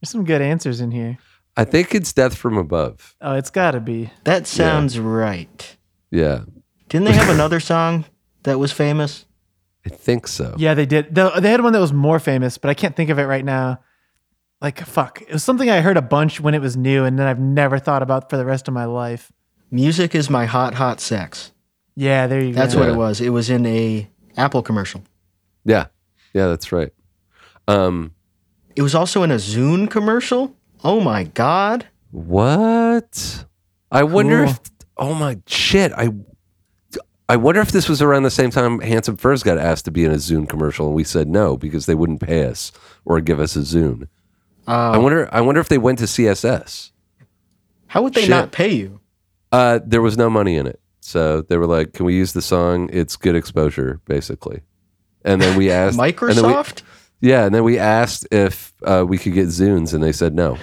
S1: some good answers in here.
S3: I think it's Death from Above.
S1: Oh, it's got to be.
S2: That sounds right.
S3: Yeah,
S2: Didn't they have another song that was famous?
S3: I think so.
S1: Yeah, they did. Though They had one that was more famous, but I can't think of it right now. Like fuck, it was something I heard a bunch when it was new, and then I've never thought about for the rest of my life.
S2: Music is my hot, hot sex.
S1: Yeah, there you
S2: That's
S1: go.
S2: what
S3: Yeah.
S2: it was. It was in a Apple commercial.
S3: Yeah, yeah, that's right. Um,
S2: It was also in a Zune commercial. Oh my god.
S3: What? I wonder
S1: Cool.
S3: if. Oh my shit! I. I wonder if this was around the same time Handsome Furs got asked to be in a Zune commercial, and we said no because they wouldn't pay us or give us a Zune. I wonder. I wonder if they went to CSS.
S2: How would they
S3: Shit.
S2: not pay you?
S3: Uh, there was no money in it, so they were like, "Can we use the song? It's good exposure, basically." And then we asked and then we-
S2: Microsoft?
S3: yeah, and then we asked if uh, we could get Zunes, and they said no.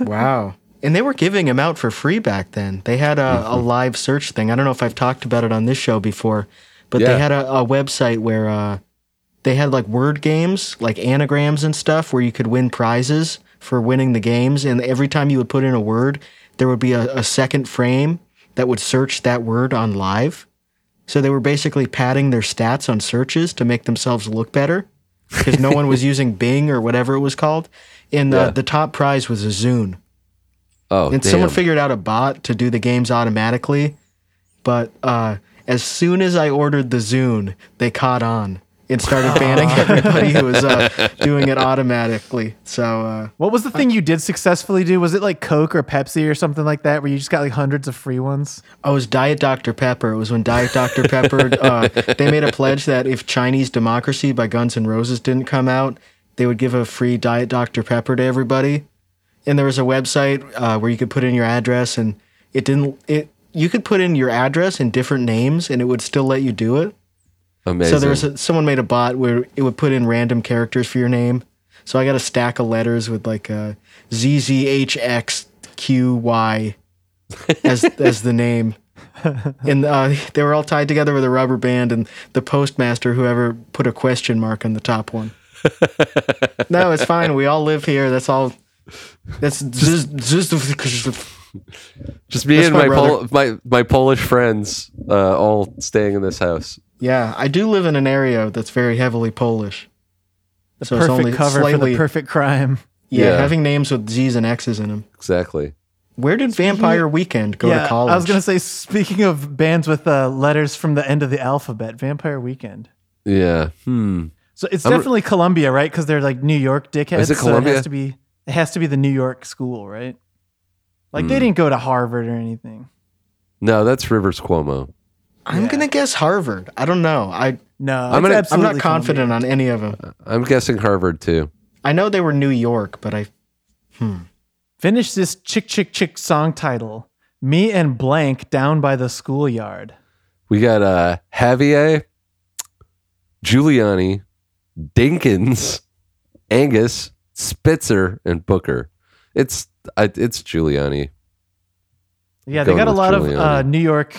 S2: wow. And they were giving them out for free back then. They had a, a
S3: Mm-hmm.
S2: live search thing. I don't know if I've talked about it on this show before, but
S3: Yeah.
S2: they had a, a website where uh, they had like word games, like anagrams and stuff, where you could win prizes for winning the games. And every time you would put in a word, there would be a, a second frame that would search that word on live. So they were basically padding their stats on searches to make themselves look better because no one was using Bing or whatever it was called. And uh,
S3: Yeah.
S2: the top prize was a Zune.
S3: Oh,
S2: And
S3: damn.
S2: someone figured out a bot to do the games automatically. But uh, as soon as I ordered the Zune, they caught on and started banning everybody who was uh, doing it automatically. So uh,
S1: What was the thing you did successfully do? Was it like Coke or Pepsi or something like that, where you just got like hundreds of free ones?
S2: I was Diet Dr. Pepper. It was when Diet Dr. Pepper, uh, they made a pledge that if Chinese Democracy by Guns N' Roses didn't come out, they would give a free Diet Dr. Pepper to everybody. And there was a website uh, where you could put in your address, and it didn't. It you could put in your address and different names, and it would still let you do it.
S3: Amazing.
S2: So there was a, someone made a bot where it would put in random characters for your name. So I got a stack of letters with like uh, a ZZHXQY as as the name, and uh, they were all tied together with a rubber band. And the postmaster, whoever, put a question mark on the top one. no, it's fine. We all live here. That's all. That's just, just
S3: Just me and
S2: my
S3: my Pol- my my Polish friends uh, all staying in this house.
S2: yeah. I do live in an area that's very heavily Polish.
S1: The
S2: So it's only
S1: perfect cover for
S2: slightly-
S1: the perfect crime.
S2: Yeah,
S3: Yeah.
S2: having names with Z's and X's in them.
S3: Exactly.
S2: Where did Vampire Weekend go
S1: yeah,
S2: to college?
S1: I was gonna say. Speaking of bands with uh, letters from the end of the alphabet, Vampire Weekend.
S3: Yeah. Hmm.
S1: So it's
S3: I'm-
S1: definitely Columbia, right? Because they're like New York dickheads.
S3: Is it
S1: So it
S3: Columbia?
S1: has to be. It has to be the New York school, right? Like
S2: Hmm.
S1: they didn't go to Harvard or anything.
S3: No, that's Rivers Cuomo.
S2: I'm gonna guess Harvard. I don't know. I
S1: No,
S3: I'm gonna- I'm
S2: I'm not confident on any of them.
S3: I'm guessing Harvard too.
S2: I know they were New York, but I
S1: Finish this chick chick chick song title. Me and blank down by the schoolyard.
S3: We got uh, Javier, Giuliani, Dinkins, Angus, Spitzer, and Booker. It's I, it's Giuliani.
S1: Yeah, they
S3: Going
S1: got a
S3: with
S1: lot of uh,
S3: Giuliani.
S1: New York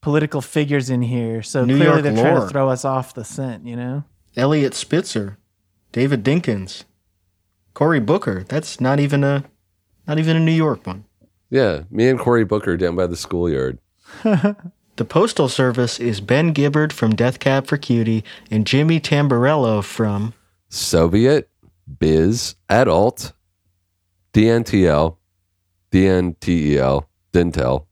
S1: political figures in here, so
S2: New
S1: clearly
S2: York
S1: they're trying
S2: lore.
S1: to throw us off the scent. You know,
S2: Elliot Spitzer, David Dinkins, Cory Booker. That's not even a not even a New York one.
S3: Yeah, me and Cory Booker down by the schoolyard.
S2: The Postal Service is Ben Gibbard from Death Cab for Cutie and Jimmy Tamborello from
S3: Soviet, Biz, Adult, DNTL, DNTEL, E Dentel,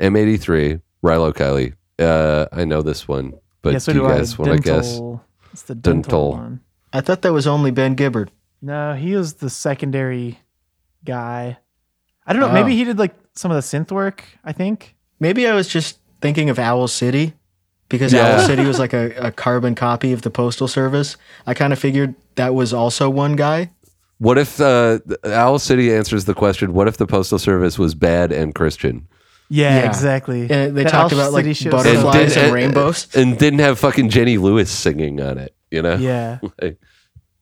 S3: M83, Rilo Kiley. Uh, I know this one, but
S1: yeah, so
S3: do you
S1: do I.
S3: guys want to guess?
S1: Dental- It's the dental,
S3: Dental.
S1: one.
S2: I thought that was only Ben Gibbard.
S1: No, he was the secondary guy. I don't know.
S2: Oh.
S1: Maybe he did like some of the synth work. I think.
S2: Maybe I was just thinking of Owl City because
S3: Yeah.
S2: Owl City was like a, a carbon copy of the Postal Service. I kind of figured that was also one guy.
S3: What if uh, Owl City answers the question? What if the postal service was bad and Christian
S1: Yeah,
S2: Yeah.
S1: exactly.
S2: And Uh, they
S1: That
S2: talked
S1: Owl
S2: about, like,
S1: City shit was so
S2: butterflies
S1: bad.
S2: and rainbows?
S3: and didn't have fucking Jenny Lewis singing on it? You know?
S1: Yeah,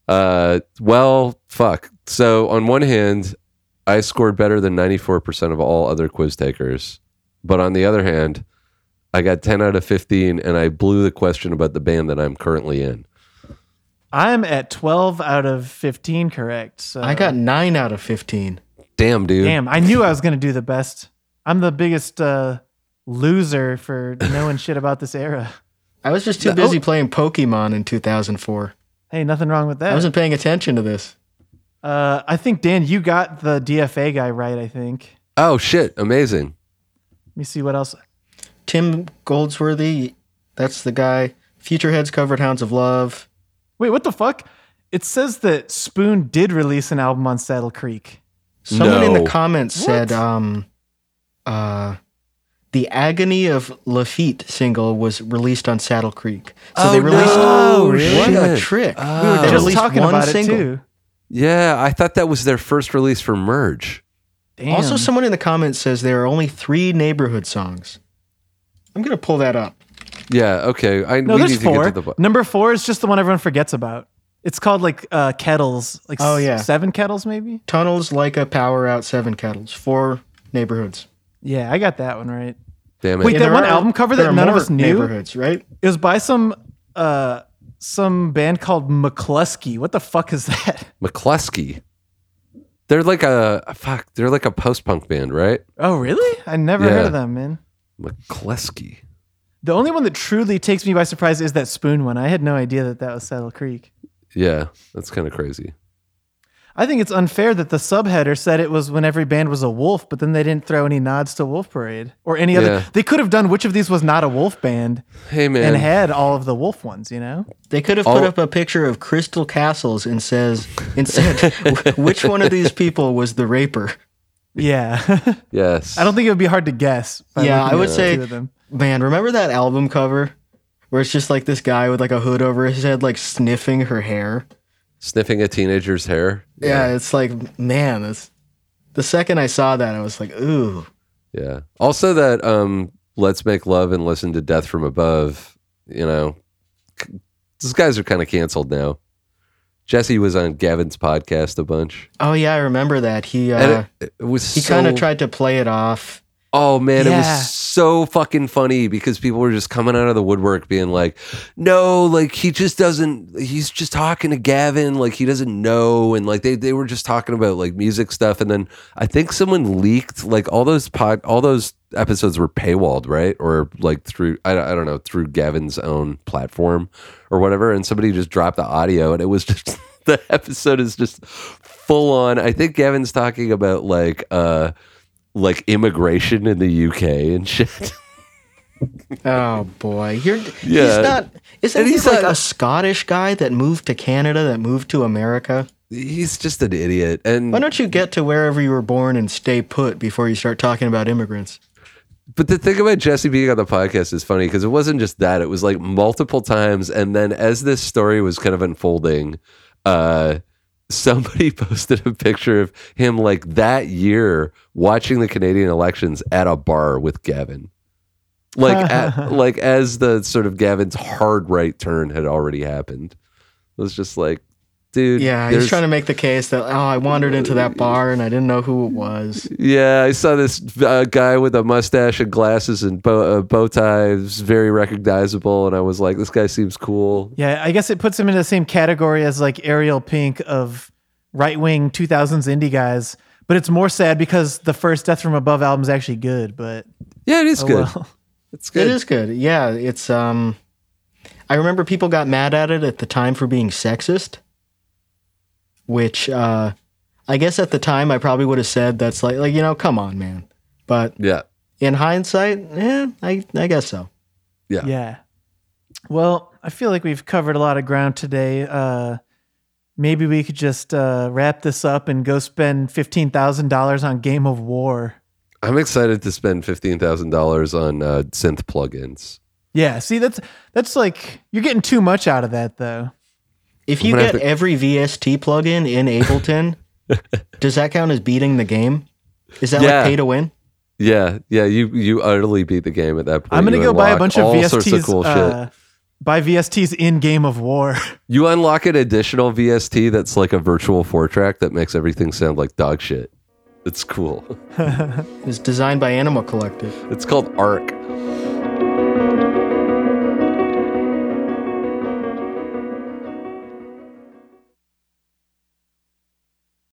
S3: Uh, well, fuck. So on one hand, I scored better than ninety four percent of all other quiz takers, but on the other hand, I got ten out of fifteen, and I blew the question about the band that I'm currently in.
S1: I'm at twelve out of fifteen correct. So
S2: I got nine out of 15.
S3: Damn, dude.
S1: damn. I knew I was gonna do the best. I'm the biggest uh, loser for knowing shit about this era.
S2: I was just too busy playing Pokemon in 2004.
S1: Hey, nothing wrong with
S2: I
S1: that.
S2: wasn't paying attention to this.
S1: uh, I think Dan, you got the DFA guy right. I think.
S3: Oh shit! Amazing.
S1: Let me see what else.
S2: Tim Goldsworthy, that's the guy. Future Heads covered Hounds of Love.
S1: Wait, what the fuck? It says that Spoon did release an album on Saddle Creek.
S2: Someone in the
S3: No.
S2: comments said,
S1: What?
S2: um, uh, the Agony of Lafitte single was released on Saddle Creek. So they released.
S1: Oh, no. Oh.
S2: What a
S3: shit.
S2: trick.
S3: We were
S2: they
S1: just
S2: released
S1: talking
S2: one
S1: about
S2: single.
S1: it too.
S3: Yeah, I thought that was their first release for Merge.
S1: Damn.
S2: Also, someone in the comments says there are only three neighborhood songs. I'm going to pull that up.
S3: Yeah. Okay. I
S1: no,
S3: we
S1: there's
S3: need to
S1: four.
S3: get to the.
S1: Number four is just the one everyone forgets about. It's called like uh, kettles, like
S2: Oh,
S1: s-
S2: yeah.
S1: seven kettles maybe.
S2: Tunnels, like a power out, seven kettles, four neighborhoods.
S1: Yeah, I got that one right.
S3: Damn it.
S1: Wait,
S2: And
S1: that
S2: there
S1: one
S2: are-
S1: album cover
S2: there
S1: that
S2: are
S1: none of
S2: more
S1: us knew?
S2: Neighborhoods, right?
S1: It was by some uh, some band called McCluskey. What the fuck is that?
S3: McCluskey. They're like a fuck. They're like a post punk band, right?
S1: Oh, really? I never
S3: Yeah.
S1: heard of them, man.
S3: McCluskey.
S1: The only one that truly takes me by surprise is that Spoon one. I had no idea that that was Saddle Creek.
S3: Yeah, that's kind of crazy.
S1: I think it's unfair that the subheader said it was when every band was a wolf, but then they didn't throw any nods to Wolf Parade or any other.
S3: Yeah.
S1: They could have done which of these was not a wolf band
S3: Hey
S1: and,
S3: man,
S1: had all of the wolf ones, you know?
S2: They could have
S3: All-
S2: put up a picture of Crystal Castles and says instead, "Wh- which one of these people was the raper?
S1: Yeah.
S3: yes.
S1: I don't think it would be hard to guess. by
S2: Yeah,
S1: looking
S2: I would
S1: at the
S2: say-
S1: two of them.
S2: Man, remember that album cover where it's just like this guy with like a hood over his head, like sniffing her hair?
S3: sniffing a teenager's hair.
S2: Yeah, it's like, man, this, the second I saw that, I was like, ooh,
S3: Yeah. Also that um let's make love and listen to death from above, you know. c- Those guys are kind of canceled now. Jesse was on Gavin's podcast a bunch.
S2: oh yeah, I remember that. He
S3: And
S2: uh,
S3: it, it was
S2: he
S3: so,
S2: kind of tried to play it off.
S3: Oh man, it
S1: Yeah.
S3: was so fucking funny because people were just coming out of the woodwork being like, "No, like he just doesn't he's just talking to Gavin, like he doesn't know." And like they they were just talking about like music stuff and then I think someone leaked like all those pod all those episodes were paywalled, right? Or like through I, I don't know, through Gavin's own platform or whatever and somebody just dropped the audio and it was just the episode is just full on. I think Gavin's talking about like uh like immigration in the UK and shit.
S2: Oh boy, you're
S3: Yeah.
S2: he's not. Isn't
S3: And
S2: he
S3: he's
S2: like
S3: not-
S2: a Scottish guy that moved to Canada that moved to America?
S3: He's just an idiot.
S2: Why
S3: And
S2: don't you get to wherever you were born and stay put before you start talking about immigrants?
S3: but the thing about Jesse being on the podcast is funny because it wasn't just that; it was like multiple times. And then as this story was kind of unfolding, uh, somebody posted a picture of him like that year watching the Canadian elections at a bar with Gavin. Like, at, like as the sort of Gavin's hard right turn had already happened, it was just like, dude,
S2: Yeah,
S3: there's- Uh,
S2: he's trying to make the case that oh, I wandered into that bar and I didn't know who it was.
S3: Yeah, I saw this uh, guy with a mustache and glasses and bo- uh, bow ties, very recognizable, and I was like, this guy seems cool.
S1: Yeah, I guess it puts him in the same category as like Ariel Pink of right wing 2000s indie guys. But it's more sad because the first Death from Above album is actually good. But
S3: Yeah, it is
S1: oh
S3: good.
S1: well.
S3: It's
S2: It
S3: good.
S2: is good. Yeah, it's um I remember people got mad at it at the time for being sexist, which uh I guess at the time I probably would have said that's like like you know, come on, man. But
S3: Yeah,
S2: in hindsight, eh, I I guess so.
S3: Yeah.
S1: Yeah. Well, I feel like we've covered a lot of ground today. Uh, maybe we could just uh, wrap this up and go spend $15,000 on Game of War.
S3: I'm excited to spend fifteen thousand dollars on uh, synth plugins.
S1: Yeah, see that's that's like you're getting too much out of that though.
S2: If you
S3: gonna have
S2: get every VST plugin in Ableton, does that count as beating the game? Is that
S3: Yeah.
S2: like pay to win?
S3: Yeah, yeah, you you utterly beat the game at that point.
S1: I'm gonna
S3: You
S1: go buy a
S3: unlock
S1: bunch of
S3: all
S1: VSTs.
S3: sorts of cool shit.
S1: uh, Buy VSTs in Game of War.
S3: You unlock an additional VST that's like a virtual four track that makes everything sound like dog shit. It's cool.
S2: It's designed by Animal Collective.
S3: It's called Arc.